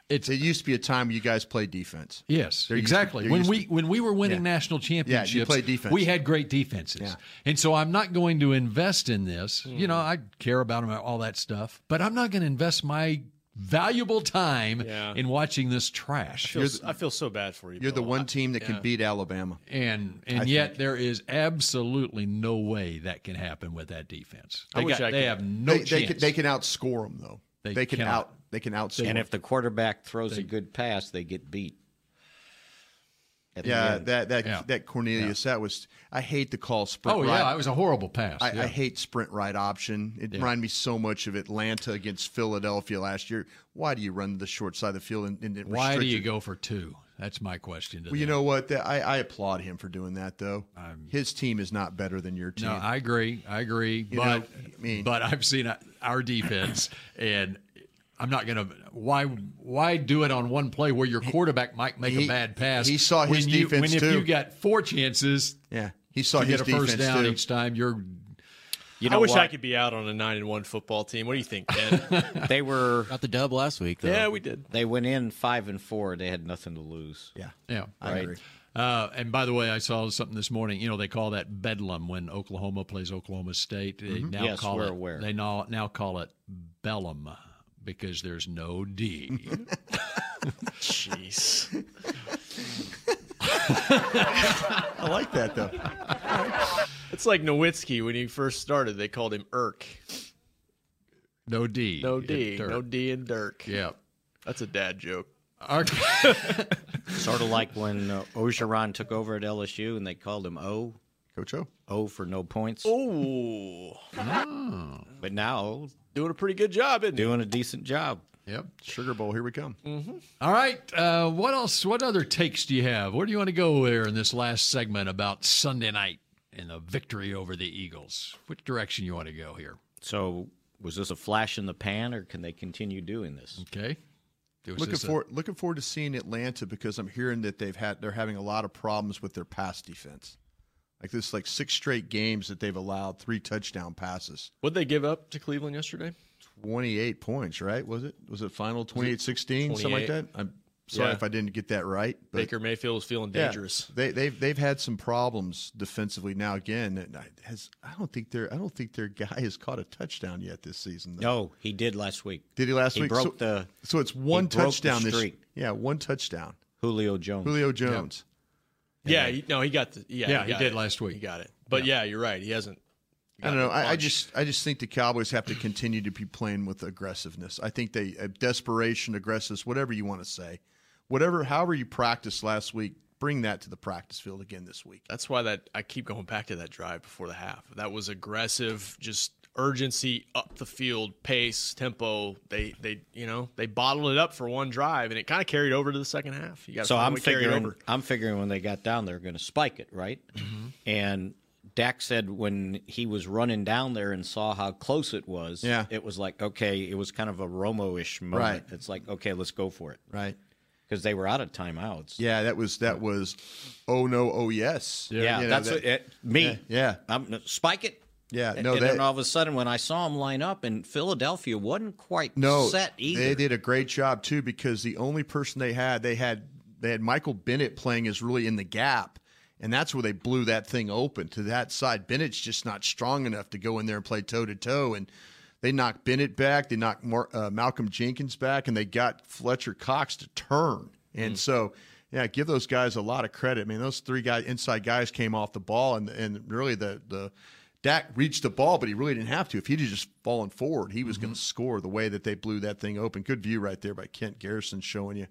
[SPEAKER 4] It's,
[SPEAKER 6] it used to be a time where you guys played defense.
[SPEAKER 4] Yes,
[SPEAKER 6] There used to-
[SPEAKER 4] exactly.
[SPEAKER 6] there
[SPEAKER 4] when
[SPEAKER 6] used
[SPEAKER 4] we when we were winning
[SPEAKER 6] Yeah.
[SPEAKER 4] national
[SPEAKER 6] Yeah, you
[SPEAKER 4] championships,
[SPEAKER 6] played defense.
[SPEAKER 4] We had great defenses, and so I'm not going to invest in this. You
[SPEAKER 6] Hmm.
[SPEAKER 4] know, I care about them, all that stuff, but I'm not going to invest my valuable time
[SPEAKER 2] Yeah.
[SPEAKER 4] in watching this trash. uh,
[SPEAKER 2] feel, s- I feel so bad for you.
[SPEAKER 6] You're the
[SPEAKER 2] Bill.
[SPEAKER 6] one team that
[SPEAKER 2] Yeah.
[SPEAKER 6] can beat Alabama.
[SPEAKER 4] and
[SPEAKER 6] I
[SPEAKER 4] and yet there is absolutely no way that can happen with that defense.
[SPEAKER 6] I
[SPEAKER 4] They,
[SPEAKER 6] wish
[SPEAKER 4] got-
[SPEAKER 6] I
[SPEAKER 4] they
[SPEAKER 6] could.
[SPEAKER 4] have no
[SPEAKER 6] They-
[SPEAKER 4] chance.
[SPEAKER 6] they could- they can outscore them though.
[SPEAKER 4] They
[SPEAKER 6] They can
[SPEAKER 4] cannot.
[SPEAKER 6] out. They can outscore.
[SPEAKER 5] and if the quarterback throws
[SPEAKER 6] They-
[SPEAKER 5] a good pass, they get beat. At the
[SPEAKER 6] yeah,
[SPEAKER 5] end.
[SPEAKER 6] that that
[SPEAKER 4] Yeah.
[SPEAKER 6] that Cornelius. That was. I hate to call sprint.
[SPEAKER 4] oh
[SPEAKER 6] right.
[SPEAKER 4] yeah, it was a horrible pass.
[SPEAKER 6] I,
[SPEAKER 4] yeah.
[SPEAKER 6] I hate sprint right option. It
[SPEAKER 4] Yeah.
[SPEAKER 6] reminded me so much of Atlanta against Philadelphia last year. Why do you run the short side of the field and, and it
[SPEAKER 4] Why do
[SPEAKER 6] restricted-
[SPEAKER 4] you go for two? That's my question. To
[SPEAKER 6] Well, you
[SPEAKER 4] them.
[SPEAKER 6] know what? That- I, I applaud him for doing that, though. His team is not better than your team.
[SPEAKER 4] No, I agree. I agree.
[SPEAKER 6] You
[SPEAKER 4] but
[SPEAKER 6] know, I mean-
[SPEAKER 4] but I've seen our defense, and I'm not going to. Why why do it on one play where your quarterback might make
[SPEAKER 6] he-
[SPEAKER 4] a bad pass?
[SPEAKER 6] he saw his
[SPEAKER 4] when you,
[SPEAKER 6] defense,
[SPEAKER 4] when
[SPEAKER 6] too.
[SPEAKER 4] If you got four chances,
[SPEAKER 6] yeah, he saw
[SPEAKER 4] to
[SPEAKER 6] his
[SPEAKER 4] get a first
[SPEAKER 6] defense,
[SPEAKER 4] down
[SPEAKER 6] too.
[SPEAKER 4] each time. You're
[SPEAKER 2] I wish I could be out on a nine and one football team. What do you think, Ken?
[SPEAKER 5] they were
[SPEAKER 12] Got the dub last week, though.
[SPEAKER 2] yeah, we did.
[SPEAKER 5] they went in five and four. They had nothing to lose.
[SPEAKER 6] Yeah,
[SPEAKER 4] yeah.
[SPEAKER 5] I Right. agree.
[SPEAKER 4] Uh, and by the way, I saw something this morning. You know, they call that bedlam when Oklahoma plays Oklahoma State. They
[SPEAKER 5] Mhm.
[SPEAKER 4] now
[SPEAKER 5] Yes,
[SPEAKER 4] call
[SPEAKER 5] we're
[SPEAKER 4] it.
[SPEAKER 5] aware.
[SPEAKER 4] They now now call it bellum because there's no D.
[SPEAKER 2] Jeez.
[SPEAKER 6] I like that, though.
[SPEAKER 2] It's like Nowitzki when he first started. They called him Irk.
[SPEAKER 4] No D.
[SPEAKER 2] No
[SPEAKER 4] in
[SPEAKER 2] D.
[SPEAKER 4] dirt.
[SPEAKER 2] No D in Dirk.
[SPEAKER 4] Yeah.
[SPEAKER 2] That's a dad joke.
[SPEAKER 5] Sort of like when uh, Ogeron took over at LSU and they called him O.
[SPEAKER 6] Coach O.
[SPEAKER 5] O for no points.
[SPEAKER 2] Oh,
[SPEAKER 5] But now
[SPEAKER 2] doing a pretty good job, isn't Mm-hmm.
[SPEAKER 5] doing a decent job.
[SPEAKER 4] Yep.
[SPEAKER 6] Sugar Bowl, here we come.
[SPEAKER 4] All right. Uh, what else? What other takes do you have? Where do you want to go there in this last segment about Sunday night and the victory over the Eagles? Which direction you want to go here?
[SPEAKER 5] So was this a flash in the pan or can they continue doing this?
[SPEAKER 4] Okay. It was
[SPEAKER 6] Looking
[SPEAKER 4] just a-
[SPEAKER 6] forward, looking forward to seeing Atlanta because I'm hearing that they've had they're having a lot of problems with their pass defense. Like this, like six straight games that they've allowed three touchdown passes,
[SPEAKER 2] What they give up to Cleveland yesterday?
[SPEAKER 6] 28 points. Right? Was it was it final 28-16, something like
[SPEAKER 2] 28?
[SPEAKER 6] that? I'm sorry
[SPEAKER 2] Yeah.
[SPEAKER 6] if I didn't get that right. But
[SPEAKER 2] Baker Mayfield was feeling
[SPEAKER 6] Yeah.
[SPEAKER 2] dangerous.
[SPEAKER 6] They, they've they've had some problems defensively now. Again, and I- has I don't think their I don't think their guy has caught a touchdown yet this season. though.
[SPEAKER 5] No, he did last week.
[SPEAKER 6] Did he last
[SPEAKER 5] he
[SPEAKER 6] week? so,
[SPEAKER 5] Broke the
[SPEAKER 6] so it's one
[SPEAKER 5] broke the
[SPEAKER 6] touchdown this
[SPEAKER 5] streak.
[SPEAKER 6] yeah one touchdown.
[SPEAKER 5] Julio Jones.
[SPEAKER 6] Julio Jones.
[SPEAKER 2] Yeah, he, no, he got the yeah.
[SPEAKER 4] Yeah, he
[SPEAKER 2] got
[SPEAKER 4] did
[SPEAKER 2] it.
[SPEAKER 4] last week.
[SPEAKER 2] He got it. But yeah, you're right. He hasn't.
[SPEAKER 6] I don't know.
[SPEAKER 2] got
[SPEAKER 6] I, I
[SPEAKER 2] punched.
[SPEAKER 6] just I just think the Cowboys have to continue to be playing with aggressiveness. I think they uh, desperation, aggressiveness, whatever you want to say, whatever however you practiced last week, bring that to the practice field again this week.
[SPEAKER 2] That's why that I keep going back to that drive before the half. That was aggressive, just urgency up the field, pace, tempo. They they you know they bottled it up for one drive, and it kind of carried over to the second half. You got
[SPEAKER 5] So I'm
[SPEAKER 2] carry it
[SPEAKER 5] figuring
[SPEAKER 2] over.
[SPEAKER 5] I'm figuring when they got down they're going to spike it, right?
[SPEAKER 4] Mm-hmm.
[SPEAKER 5] And Dak said when he was running down there and saw how close it was,
[SPEAKER 6] Yeah.
[SPEAKER 5] it was like okay, it was kind of a Romo-ish moment.
[SPEAKER 6] Right.
[SPEAKER 5] It's like okay, let's go for it
[SPEAKER 6] Right.
[SPEAKER 5] because they were out of timeouts.
[SPEAKER 6] Yeah, that was that was oh no, oh yes.
[SPEAKER 5] Yeah,
[SPEAKER 6] You know,
[SPEAKER 5] that's
[SPEAKER 6] that-
[SPEAKER 5] what it, me.
[SPEAKER 6] Yeah.
[SPEAKER 5] I'm spike it.
[SPEAKER 6] Yeah,
[SPEAKER 5] And-
[SPEAKER 6] no,
[SPEAKER 5] and
[SPEAKER 6] that-
[SPEAKER 5] then all of a sudden, when I saw him line up, and Philadelphia wasn't quite
[SPEAKER 6] No,
[SPEAKER 5] set either.
[SPEAKER 6] they did a great job too because the only person they had, they had they had Michael Bennett playing is really in the gap, and that's where they blew that thing open to that side. Bennett's just not strong enough to go in there and play toe to toe, and they knocked Bennett back, they
[SPEAKER 5] Mm.
[SPEAKER 6] knocked Mar- uh, Malcolm Jenkins back, and they got Fletcher Cox to turn, and so yeah, give those guys a lot of credit. I mean, those three guys, inside guys, came off the ball, and and really the the Dak reached the ball, but he really didn't have to. If he'd just fallen forward, he was
[SPEAKER 5] Mm-hmm.
[SPEAKER 6] going to score. The way that they blew that thing open, good view right there by Kent Garrison showing you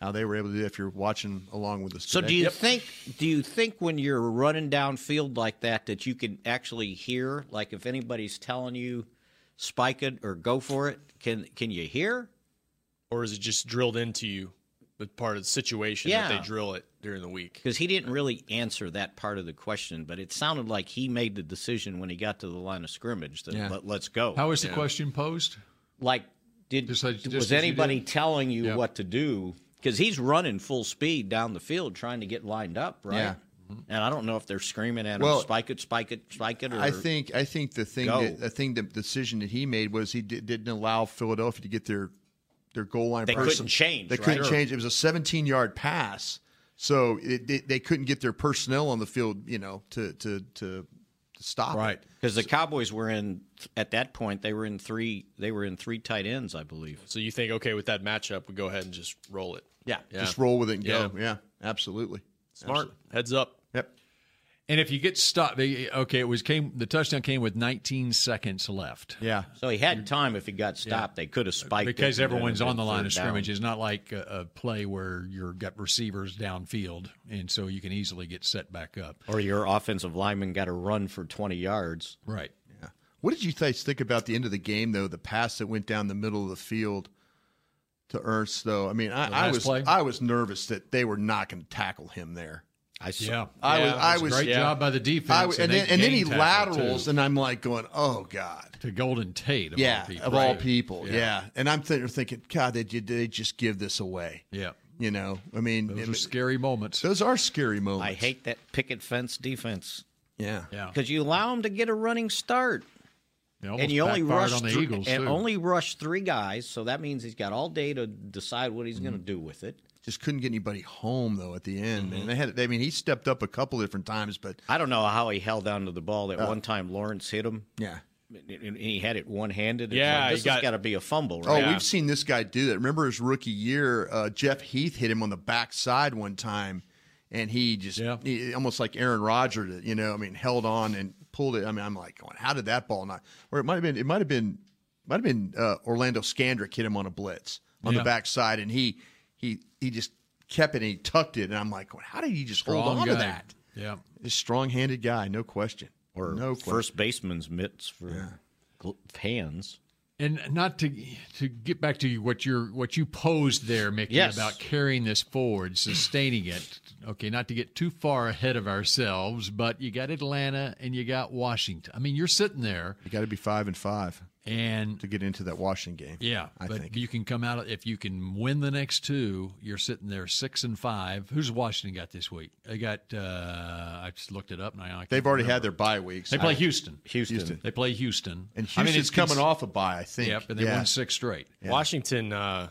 [SPEAKER 6] how they were able to do that. If you're watching along with us,
[SPEAKER 5] So
[SPEAKER 6] today.
[SPEAKER 5] do you think do you think when you're running downfield like that that you can actually hear like if anybody's telling you spike it or go for it can can you hear
[SPEAKER 2] or is it just drilled into you but part of the situation that they drill it during the week
[SPEAKER 5] because he didn't really answer that part of the question but it sounded like he made the decision when he got to the line of scrimmage that
[SPEAKER 4] Yeah.
[SPEAKER 5] let, us go
[SPEAKER 4] How is the question posed?
[SPEAKER 5] like did
[SPEAKER 4] just as
[SPEAKER 5] was
[SPEAKER 4] you
[SPEAKER 5] anybody
[SPEAKER 4] did.
[SPEAKER 5] telling you what to do because he's running full speed down the field trying to get lined up right
[SPEAKER 6] Yeah.
[SPEAKER 5] and I don't know if they're screaming at him
[SPEAKER 6] Well,
[SPEAKER 5] spike it spike it spike it or
[SPEAKER 6] I think I think the thing
[SPEAKER 5] Go.
[SPEAKER 6] that, I think the decision that he made was he did, didn't allow Philadelphia to get their their goal line.
[SPEAKER 5] They couldn't
[SPEAKER 6] person.
[SPEAKER 5] change,
[SPEAKER 6] They
[SPEAKER 5] right?
[SPEAKER 6] couldn't
[SPEAKER 5] Sure.
[SPEAKER 6] change. It was a 17 yard pass, so it, they- they couldn't get their personnel on the field. You know, to to to, to stop. Right.
[SPEAKER 5] Because the Cowboys were in at that point they were in three they were in three tight ends I believe.
[SPEAKER 2] So you think okay with that matchup we go ahead and just roll it.
[SPEAKER 5] Yeah.
[SPEAKER 6] Just roll with it and go. Yeah. Absolutely.
[SPEAKER 2] Smart. Heads up.
[SPEAKER 6] Yep.
[SPEAKER 4] And if you get stopped, they- okay, it was came the touchdown came with 19 seconds left.
[SPEAKER 6] Yeah.
[SPEAKER 5] So he had time if he got stopped they could have spiked it
[SPEAKER 4] because
[SPEAKER 5] and
[SPEAKER 4] everyone's
[SPEAKER 5] then
[SPEAKER 4] on the line
[SPEAKER 5] third
[SPEAKER 4] of
[SPEAKER 5] down.
[SPEAKER 4] scrimmage. It's not like a, a play where you've got receivers downfield, and so you can easily get set back up.
[SPEAKER 5] Or your offensive lineman got to run for twenty yards.
[SPEAKER 4] Right.
[SPEAKER 6] Yeah. What did you guys think about the end of the game though? The pass that went down the middle of the field to Ernst though. I mean,
[SPEAKER 4] The
[SPEAKER 6] I, I
[SPEAKER 4] last
[SPEAKER 6] was
[SPEAKER 4] play?
[SPEAKER 6] I was nervous that they were not going to tackle him there.
[SPEAKER 5] I
[SPEAKER 4] Yeah.
[SPEAKER 6] I
[SPEAKER 4] Yeah,
[SPEAKER 6] was.
[SPEAKER 4] it was
[SPEAKER 6] I
[SPEAKER 4] a
[SPEAKER 6] was
[SPEAKER 4] great job by the defense,
[SPEAKER 6] I was-
[SPEAKER 4] and
[SPEAKER 6] and,
[SPEAKER 4] they
[SPEAKER 6] then, and then he
[SPEAKER 4] gang tackled,
[SPEAKER 6] laterals,
[SPEAKER 4] too.
[SPEAKER 6] and I'm like going, "Oh God!"
[SPEAKER 4] To Golden Tate, of
[SPEAKER 6] yeah,
[SPEAKER 4] all people.
[SPEAKER 6] of all
[SPEAKER 4] Right.
[SPEAKER 6] people,
[SPEAKER 4] Yeah.
[SPEAKER 6] yeah. And I'm thinking, thinking, God, they did they just give this away?
[SPEAKER 4] Yeah.
[SPEAKER 6] You know, I mean,
[SPEAKER 4] Those
[SPEAKER 6] it-
[SPEAKER 4] are scary moments.
[SPEAKER 6] Those are scary moments.
[SPEAKER 5] I hate that picket fence defense.
[SPEAKER 6] Yeah.
[SPEAKER 4] Yeah.
[SPEAKER 5] Because you allow him to get a running start.
[SPEAKER 4] They
[SPEAKER 5] and
[SPEAKER 4] almost
[SPEAKER 5] you only
[SPEAKER 4] backfired
[SPEAKER 5] rush
[SPEAKER 4] on the
[SPEAKER 5] three,
[SPEAKER 4] Eagles,
[SPEAKER 5] and
[SPEAKER 4] too.
[SPEAKER 5] only rush three guys, so that means he's got all day to decide what he's
[SPEAKER 4] Mm-hmm.
[SPEAKER 5] going to do with it.
[SPEAKER 6] Just couldn't get anybody home though at the end, man. They had. I mean, he stepped up a couple different times, but
[SPEAKER 5] I don't know how he held on to the ball. That
[SPEAKER 6] Uh,
[SPEAKER 5] one time Lawrence hit him.
[SPEAKER 6] Yeah.
[SPEAKER 5] And he had it one handed.
[SPEAKER 6] Yeah,
[SPEAKER 5] Like,
[SPEAKER 6] he
[SPEAKER 5] this
[SPEAKER 6] got-
[SPEAKER 5] has got to be a fumble,
[SPEAKER 6] Oh,
[SPEAKER 5] right?
[SPEAKER 6] we've seen this guy do that. Remember his rookie year, uh, Jeff Heath hit him on the backside one time, and he just he, almost like Aaron Rodgers, you know. I mean, held on and pulled it. I mean, I'm like, going, how did that ball not? Or it might have been, it might have been, might have been uh, Orlando Scandrick hit him on a blitz on
[SPEAKER 4] Yeah.
[SPEAKER 6] the backside, and he he he just kept it and he tucked it, and I'm like, going, how did he just hold
[SPEAKER 4] Strong
[SPEAKER 6] on to
[SPEAKER 4] guy.
[SPEAKER 6] that?
[SPEAKER 4] Yeah.
[SPEAKER 6] This strong-handed guy, no question.
[SPEAKER 5] Or
[SPEAKER 6] no question.
[SPEAKER 5] first baseman's mitts for gl- hands.
[SPEAKER 4] And not to to get back to what you what you posed there, Mickey,
[SPEAKER 5] Yes.
[SPEAKER 4] about carrying this forward, sustaining it. Okay, not to get too far ahead of ourselves, but you got Atlanta and you got Washington. I mean, you're sitting there,
[SPEAKER 6] you got to be five and five,
[SPEAKER 4] and
[SPEAKER 6] to get into that Washington game.
[SPEAKER 4] yeah.
[SPEAKER 6] I
[SPEAKER 4] but
[SPEAKER 6] think.
[SPEAKER 4] you can come out if you can win the next two. You're sitting there six and five. Who's Washington got this week? They got. Uh, I just looked it up now. I can't
[SPEAKER 6] They've already
[SPEAKER 4] remember.
[SPEAKER 6] had their bye weeks.
[SPEAKER 4] They play Houston.
[SPEAKER 5] Houston.
[SPEAKER 4] They play Houston.
[SPEAKER 6] And
[SPEAKER 4] I
[SPEAKER 6] Houston's
[SPEAKER 4] mean, it's
[SPEAKER 6] coming
[SPEAKER 4] cons-
[SPEAKER 6] off a bye, I think.
[SPEAKER 4] Yep, and they won six straight.
[SPEAKER 2] Washington, uh,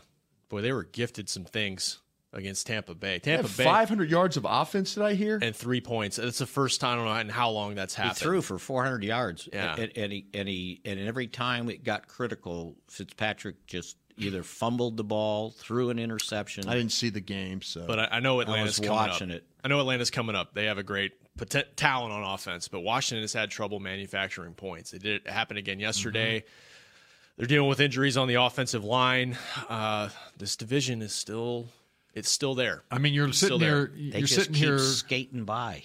[SPEAKER 2] boy, they were gifted some things against Tampa Bay.
[SPEAKER 6] They had
[SPEAKER 2] Tampa Bay
[SPEAKER 6] 500 yards of offense, did I hear?
[SPEAKER 2] and three points. It's the first time I don't know how long that's
[SPEAKER 5] He
[SPEAKER 2] happened.
[SPEAKER 5] threw for 400 yards.
[SPEAKER 2] Yeah.
[SPEAKER 5] And, and, he, and, he, and every time it got critical, Fitzpatrick just either fumbled the ball, threw an interception.
[SPEAKER 6] I didn't see the game, so.
[SPEAKER 2] But I, I know Atlanta's
[SPEAKER 5] was
[SPEAKER 2] coming
[SPEAKER 5] watching
[SPEAKER 2] up.
[SPEAKER 5] it.
[SPEAKER 2] I know Atlanta's coming up. They have a great potent, talent on offense, but Washington has had trouble manufacturing points. It did it happened again yesterday.
[SPEAKER 5] Mm-hmm.
[SPEAKER 2] They're dealing with injuries on the offensive line. Uh, this division is still it's still there.
[SPEAKER 4] I mean, you're
[SPEAKER 2] It's still
[SPEAKER 4] sitting
[SPEAKER 2] there.
[SPEAKER 4] here. You're sitting here
[SPEAKER 5] skating by.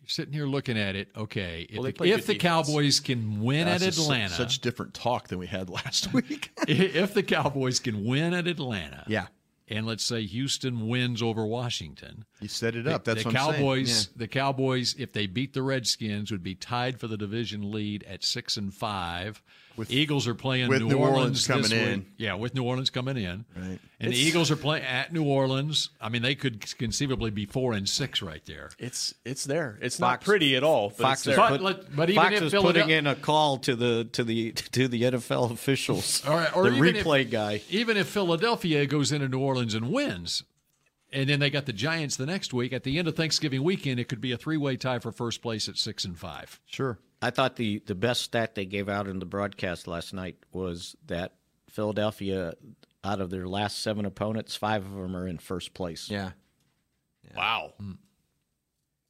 [SPEAKER 4] You're sitting here looking at it. Okay, if,
[SPEAKER 2] Well, they
[SPEAKER 4] the,
[SPEAKER 2] play
[SPEAKER 4] if
[SPEAKER 2] good
[SPEAKER 4] the
[SPEAKER 2] defense.
[SPEAKER 4] Cowboys can win
[SPEAKER 6] That's
[SPEAKER 4] at
[SPEAKER 6] just su-
[SPEAKER 4] Atlanta,
[SPEAKER 6] Such different talk than we had last week.
[SPEAKER 4] if the Cowboys can win at Atlanta,
[SPEAKER 6] Yeah.
[SPEAKER 4] and let's say Houston wins over Washington,
[SPEAKER 6] You set it
[SPEAKER 4] the-
[SPEAKER 6] up. That's
[SPEAKER 4] the
[SPEAKER 6] what I'm saying.
[SPEAKER 4] Cowboys.
[SPEAKER 6] Yeah.
[SPEAKER 4] The Cowboys, if they beat the Redskins, would be tied for the division lead at six and five. With Eagles are playing
[SPEAKER 6] with
[SPEAKER 4] New,
[SPEAKER 6] New
[SPEAKER 4] Orleans,
[SPEAKER 6] Orleans coming
[SPEAKER 4] this week.
[SPEAKER 6] in.
[SPEAKER 4] Yeah, with New Orleans coming in, right? And the
[SPEAKER 2] It's-
[SPEAKER 4] Eagles are playing at New Orleans. I mean, they could conceivably be four and six right there.
[SPEAKER 2] It's it's there. It's not pretty at all. But
[SPEAKER 5] Fox
[SPEAKER 2] it's
[SPEAKER 5] is,
[SPEAKER 2] there.
[SPEAKER 5] put- Fox is putting in a call to the to the to the NFL officials.
[SPEAKER 4] All right, or
[SPEAKER 5] the
[SPEAKER 4] even if-
[SPEAKER 5] replay guy.
[SPEAKER 4] even if Philadelphia goes into New Orleans and wins, and then they got the Giants the next week, at the end of Thanksgiving weekend, it could be a three way tie for first place at six and five.
[SPEAKER 6] Sure.
[SPEAKER 5] I thought the the best stat they gave out in the broadcast last night was that Philadelphia, out of their last seven opponents, five of them are in first place. Hmm.
[SPEAKER 6] Yeah.
[SPEAKER 2] Wow.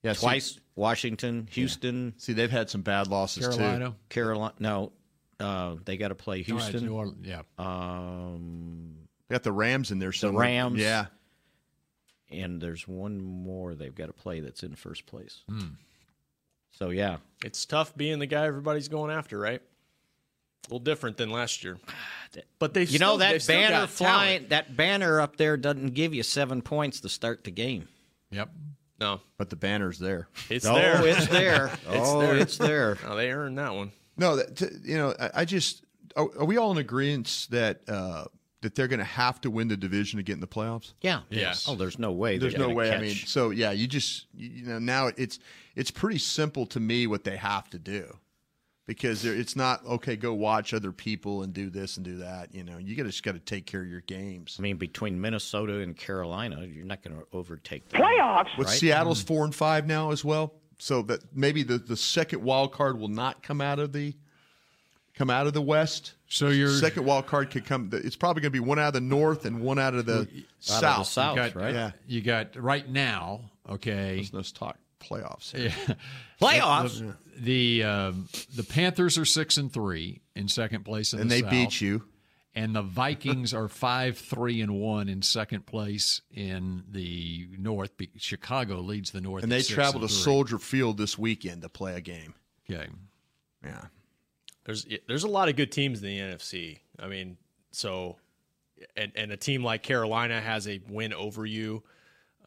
[SPEAKER 6] Yeah, see-
[SPEAKER 5] Twice Washington, Houston.
[SPEAKER 6] See, they've had some bad losses
[SPEAKER 4] Carolina.
[SPEAKER 5] too. Carolina. No, uh, they got to play
[SPEAKER 4] All right,
[SPEAKER 5] Houston.
[SPEAKER 4] New Orleans, yeah.
[SPEAKER 5] Um,
[SPEAKER 6] got the Rams in there
[SPEAKER 5] The
[SPEAKER 6] somewhere.
[SPEAKER 5] Rams.
[SPEAKER 6] Yeah.
[SPEAKER 5] And there's one more they've got to play that's in first place.
[SPEAKER 3] Mm.
[SPEAKER 2] Hmm.
[SPEAKER 5] So yeah,
[SPEAKER 2] It's tough being the guy everybody's going after, right? A little different than last year. But they
[SPEAKER 5] you
[SPEAKER 2] still,
[SPEAKER 5] know
[SPEAKER 2] they've
[SPEAKER 5] that
[SPEAKER 2] still
[SPEAKER 5] banner
[SPEAKER 2] got
[SPEAKER 5] flying,
[SPEAKER 2] talent.
[SPEAKER 5] that banner up there doesn't give you seven points to start the game.
[SPEAKER 4] Yep.
[SPEAKER 2] No.
[SPEAKER 6] But the banner's there.
[SPEAKER 2] It's
[SPEAKER 5] No,
[SPEAKER 2] there.
[SPEAKER 5] it's there. Oh, it's there.
[SPEAKER 2] No, they earned that one.
[SPEAKER 6] No, that, t- you know, I, I just are, are we all in agreement that uh, that they're going to have to win the division to get in the playoffs?
[SPEAKER 5] Yeah.
[SPEAKER 6] Yes.
[SPEAKER 5] Oh, there's no way.
[SPEAKER 6] There's
[SPEAKER 5] they're
[SPEAKER 6] no
[SPEAKER 5] gonna
[SPEAKER 6] way. I
[SPEAKER 5] catch-
[SPEAKER 6] mean, so yeah, you just you you know now it's it's pretty simple to me what they have to do because there- it's not okay. Go watch other people and do this and do that. You know, you gotta, just got to take care of your games.
[SPEAKER 5] I mean, between Minnesota and Carolina, you're not going to overtake them.
[SPEAKER 6] playoffs with
[SPEAKER 5] Right?
[SPEAKER 6] Seattle's four and five now as well. So that maybe the, the second wild card will not come out of the come out of the West.
[SPEAKER 4] So your
[SPEAKER 6] second wild card could come. It's probably going to be one out of the North and one out of the Uh, South.
[SPEAKER 4] you got,
[SPEAKER 6] Yeah.
[SPEAKER 4] You got right now. Okay.
[SPEAKER 6] let's talk playoffs.
[SPEAKER 4] Yeah.
[SPEAKER 6] Playoffs?
[SPEAKER 4] The the, um, the Panthers are six and three in second place, in
[SPEAKER 6] And
[SPEAKER 4] the
[SPEAKER 6] they
[SPEAKER 4] South.
[SPEAKER 6] beat you.
[SPEAKER 4] And the Vikings are five three and one in second place in the North. Be- Chicago leads the North,
[SPEAKER 6] And they
[SPEAKER 4] at six
[SPEAKER 6] travel to
[SPEAKER 4] and three.
[SPEAKER 6] Soldier Field this weekend to play a game.
[SPEAKER 4] Okay.
[SPEAKER 6] Yeah.
[SPEAKER 2] There's there's a lot of good teams in the NFC. I mean, so and and a team like Carolina has a win over you.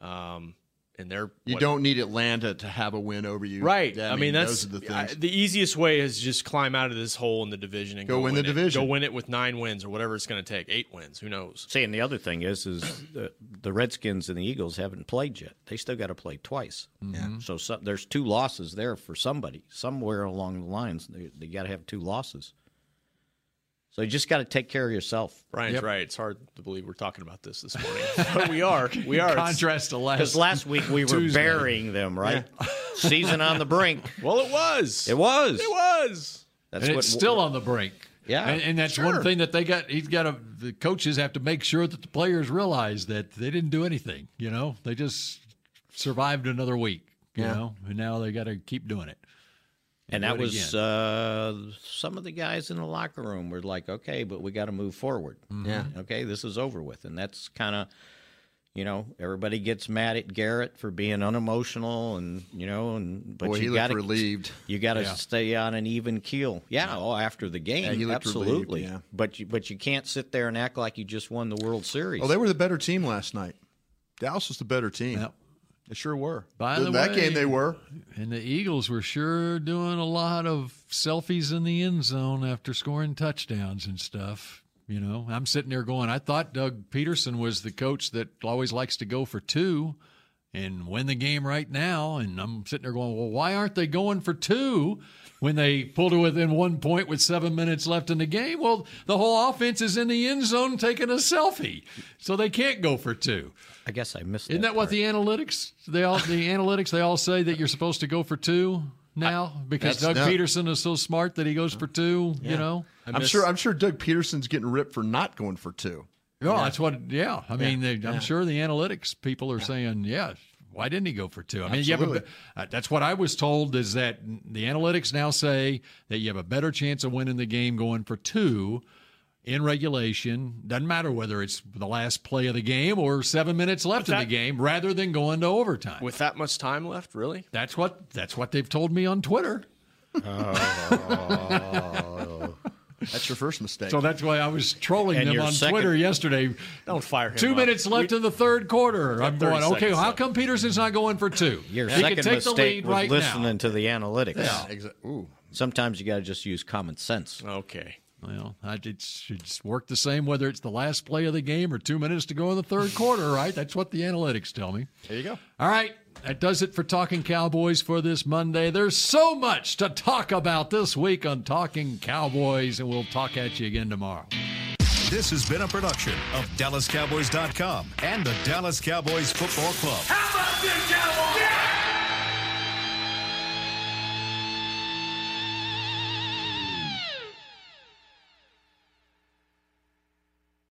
[SPEAKER 2] Um and they're
[SPEAKER 6] You
[SPEAKER 2] what,
[SPEAKER 6] don't need Atlanta to have a win over you,
[SPEAKER 2] Right.
[SPEAKER 6] Yeah,
[SPEAKER 2] I, mean,
[SPEAKER 6] those
[SPEAKER 2] that's
[SPEAKER 6] are the things.
[SPEAKER 2] I- the easiest way is just climb out of this hole in the division and
[SPEAKER 6] Go
[SPEAKER 2] go,
[SPEAKER 6] win the
[SPEAKER 2] it.
[SPEAKER 6] division.
[SPEAKER 2] Go win it with nine wins or whatever it's going to take. Eight wins. Who knows?
[SPEAKER 5] See, and the other thing is, is the, the Redskins and the Eagles haven't played yet. They still got to play twice.
[SPEAKER 4] Mhm.
[SPEAKER 5] Mm-hmm. So some, there's two losses there for somebody somewhere along the lines. They, they got to have two losses. So you just got to take care of yourself.
[SPEAKER 2] Brian's right. It's hard to believe we're talking about this this morning, but we are. We are. It's-
[SPEAKER 4] Contrast to last
[SPEAKER 5] Because last week we were
[SPEAKER 2] Tuesday.
[SPEAKER 5] burying them, right? Season on the brink.
[SPEAKER 2] Well, it was.
[SPEAKER 5] It was.
[SPEAKER 2] It was.
[SPEAKER 5] That's
[SPEAKER 4] and
[SPEAKER 5] what
[SPEAKER 4] it's still on the brink.
[SPEAKER 5] Yeah.
[SPEAKER 4] and, and that's
[SPEAKER 5] Sure.
[SPEAKER 4] one thing that they got. He's got to. The coaches have to make sure that the players realize that they didn't do anything. You know, they just survived another week. You
[SPEAKER 5] Yeah.
[SPEAKER 4] know, and now they got to keep doing it.
[SPEAKER 5] And
[SPEAKER 4] do
[SPEAKER 5] that
[SPEAKER 4] it
[SPEAKER 5] was
[SPEAKER 4] again.
[SPEAKER 5] uh, some of the guys in the locker room were like, okay, but we got to move forward.
[SPEAKER 4] Mm-hmm.
[SPEAKER 6] Yeah.
[SPEAKER 5] Okay, this is over with. And that's kind of, you know, everybody gets mad at Garrett for being unemotional and, you know, and, but
[SPEAKER 6] Boy, he
[SPEAKER 5] you
[SPEAKER 6] looked
[SPEAKER 5] got to,
[SPEAKER 6] relieved.
[SPEAKER 5] you got to
[SPEAKER 6] Yeah.
[SPEAKER 5] stay on an even keel. Yeah. Oh, after the game.
[SPEAKER 6] Yeah, he looked
[SPEAKER 5] absolutely.
[SPEAKER 6] relieved, yeah.
[SPEAKER 5] But you, but you can't sit there and act like you just won the World Series.
[SPEAKER 6] Oh, they were the better team last night. Dallas was the better team. They sure were.
[SPEAKER 4] By
[SPEAKER 6] In
[SPEAKER 4] the
[SPEAKER 6] that
[SPEAKER 4] way-
[SPEAKER 6] game, they were.
[SPEAKER 4] And the Eagles were sure doing a lot of selfies in the end zone after scoring touchdowns and stuff. You know, I'm sitting there going, I thought Doug Peterson was the coach that always likes to go for two and win the game right now. And I'm sitting there going, well, why aren't they going for two when they pulled it within one point with seven minutes left in the game? Well, the whole offense is in the end zone taking a selfie, so they can't go for two.
[SPEAKER 5] I guess I missed.
[SPEAKER 4] Isn't that what the analytics they all the analytics they all say that you're supposed to go for two now because
[SPEAKER 6] That's-
[SPEAKER 4] Doug
[SPEAKER 6] no.
[SPEAKER 4] Peterson is so smart that he goes for two. You know,
[SPEAKER 6] I'm sure. I'm sure Doug Peterson's getting ripped for not going for two.
[SPEAKER 4] No, that's what. Yeah, I mean, They, I'm
[SPEAKER 6] Yeah.
[SPEAKER 4] sure the analytics people are saying, yeah, why didn't he go for two? I mean, you have a
[SPEAKER 6] Absolutely.
[SPEAKER 4] be- uh, that's what I was told is that the analytics now say that you have a better chance of winning the game going for two in regulation. Doesn't matter whether it's the last play of the game or seven minutes left in the game, rather than going to overtime.
[SPEAKER 2] With that much time left, really?
[SPEAKER 4] That's what that's what they've told me on Twitter.
[SPEAKER 6] That's your first mistake.
[SPEAKER 4] So that's why I was trolling
[SPEAKER 6] And
[SPEAKER 4] them
[SPEAKER 6] your
[SPEAKER 4] on
[SPEAKER 6] second-
[SPEAKER 4] Twitter yesterday.
[SPEAKER 2] Don't fire him.
[SPEAKER 4] Two
[SPEAKER 2] up.
[SPEAKER 4] minutes left in the third quarter. I'm
[SPEAKER 5] 30
[SPEAKER 4] going, okay,
[SPEAKER 5] seconds
[SPEAKER 4] well, how come Peterson's not going for two?
[SPEAKER 5] Your
[SPEAKER 4] he
[SPEAKER 5] second
[SPEAKER 4] could take the
[SPEAKER 5] mistake
[SPEAKER 4] lead
[SPEAKER 5] was
[SPEAKER 4] right
[SPEAKER 5] listening
[SPEAKER 4] now.
[SPEAKER 5] to the analytics.
[SPEAKER 4] Yeah,
[SPEAKER 5] Sometimes you got to just use common sense.
[SPEAKER 2] Okay.
[SPEAKER 4] Well, I, it should work the same whether it's the last play of the game or two minutes to go in the third quarter, right? That's what the analytics tell me.
[SPEAKER 6] There you go.
[SPEAKER 4] All right. That does it for Talking Cowboys for this Monday. There's so much to talk about this week on Talking Cowboys, and we'll talk at you again tomorrow.
[SPEAKER 1] This has been a production of DallasCowboys.com and the Dallas Cowboys Football Club.
[SPEAKER 3] How about this, Cowboys? Yeah!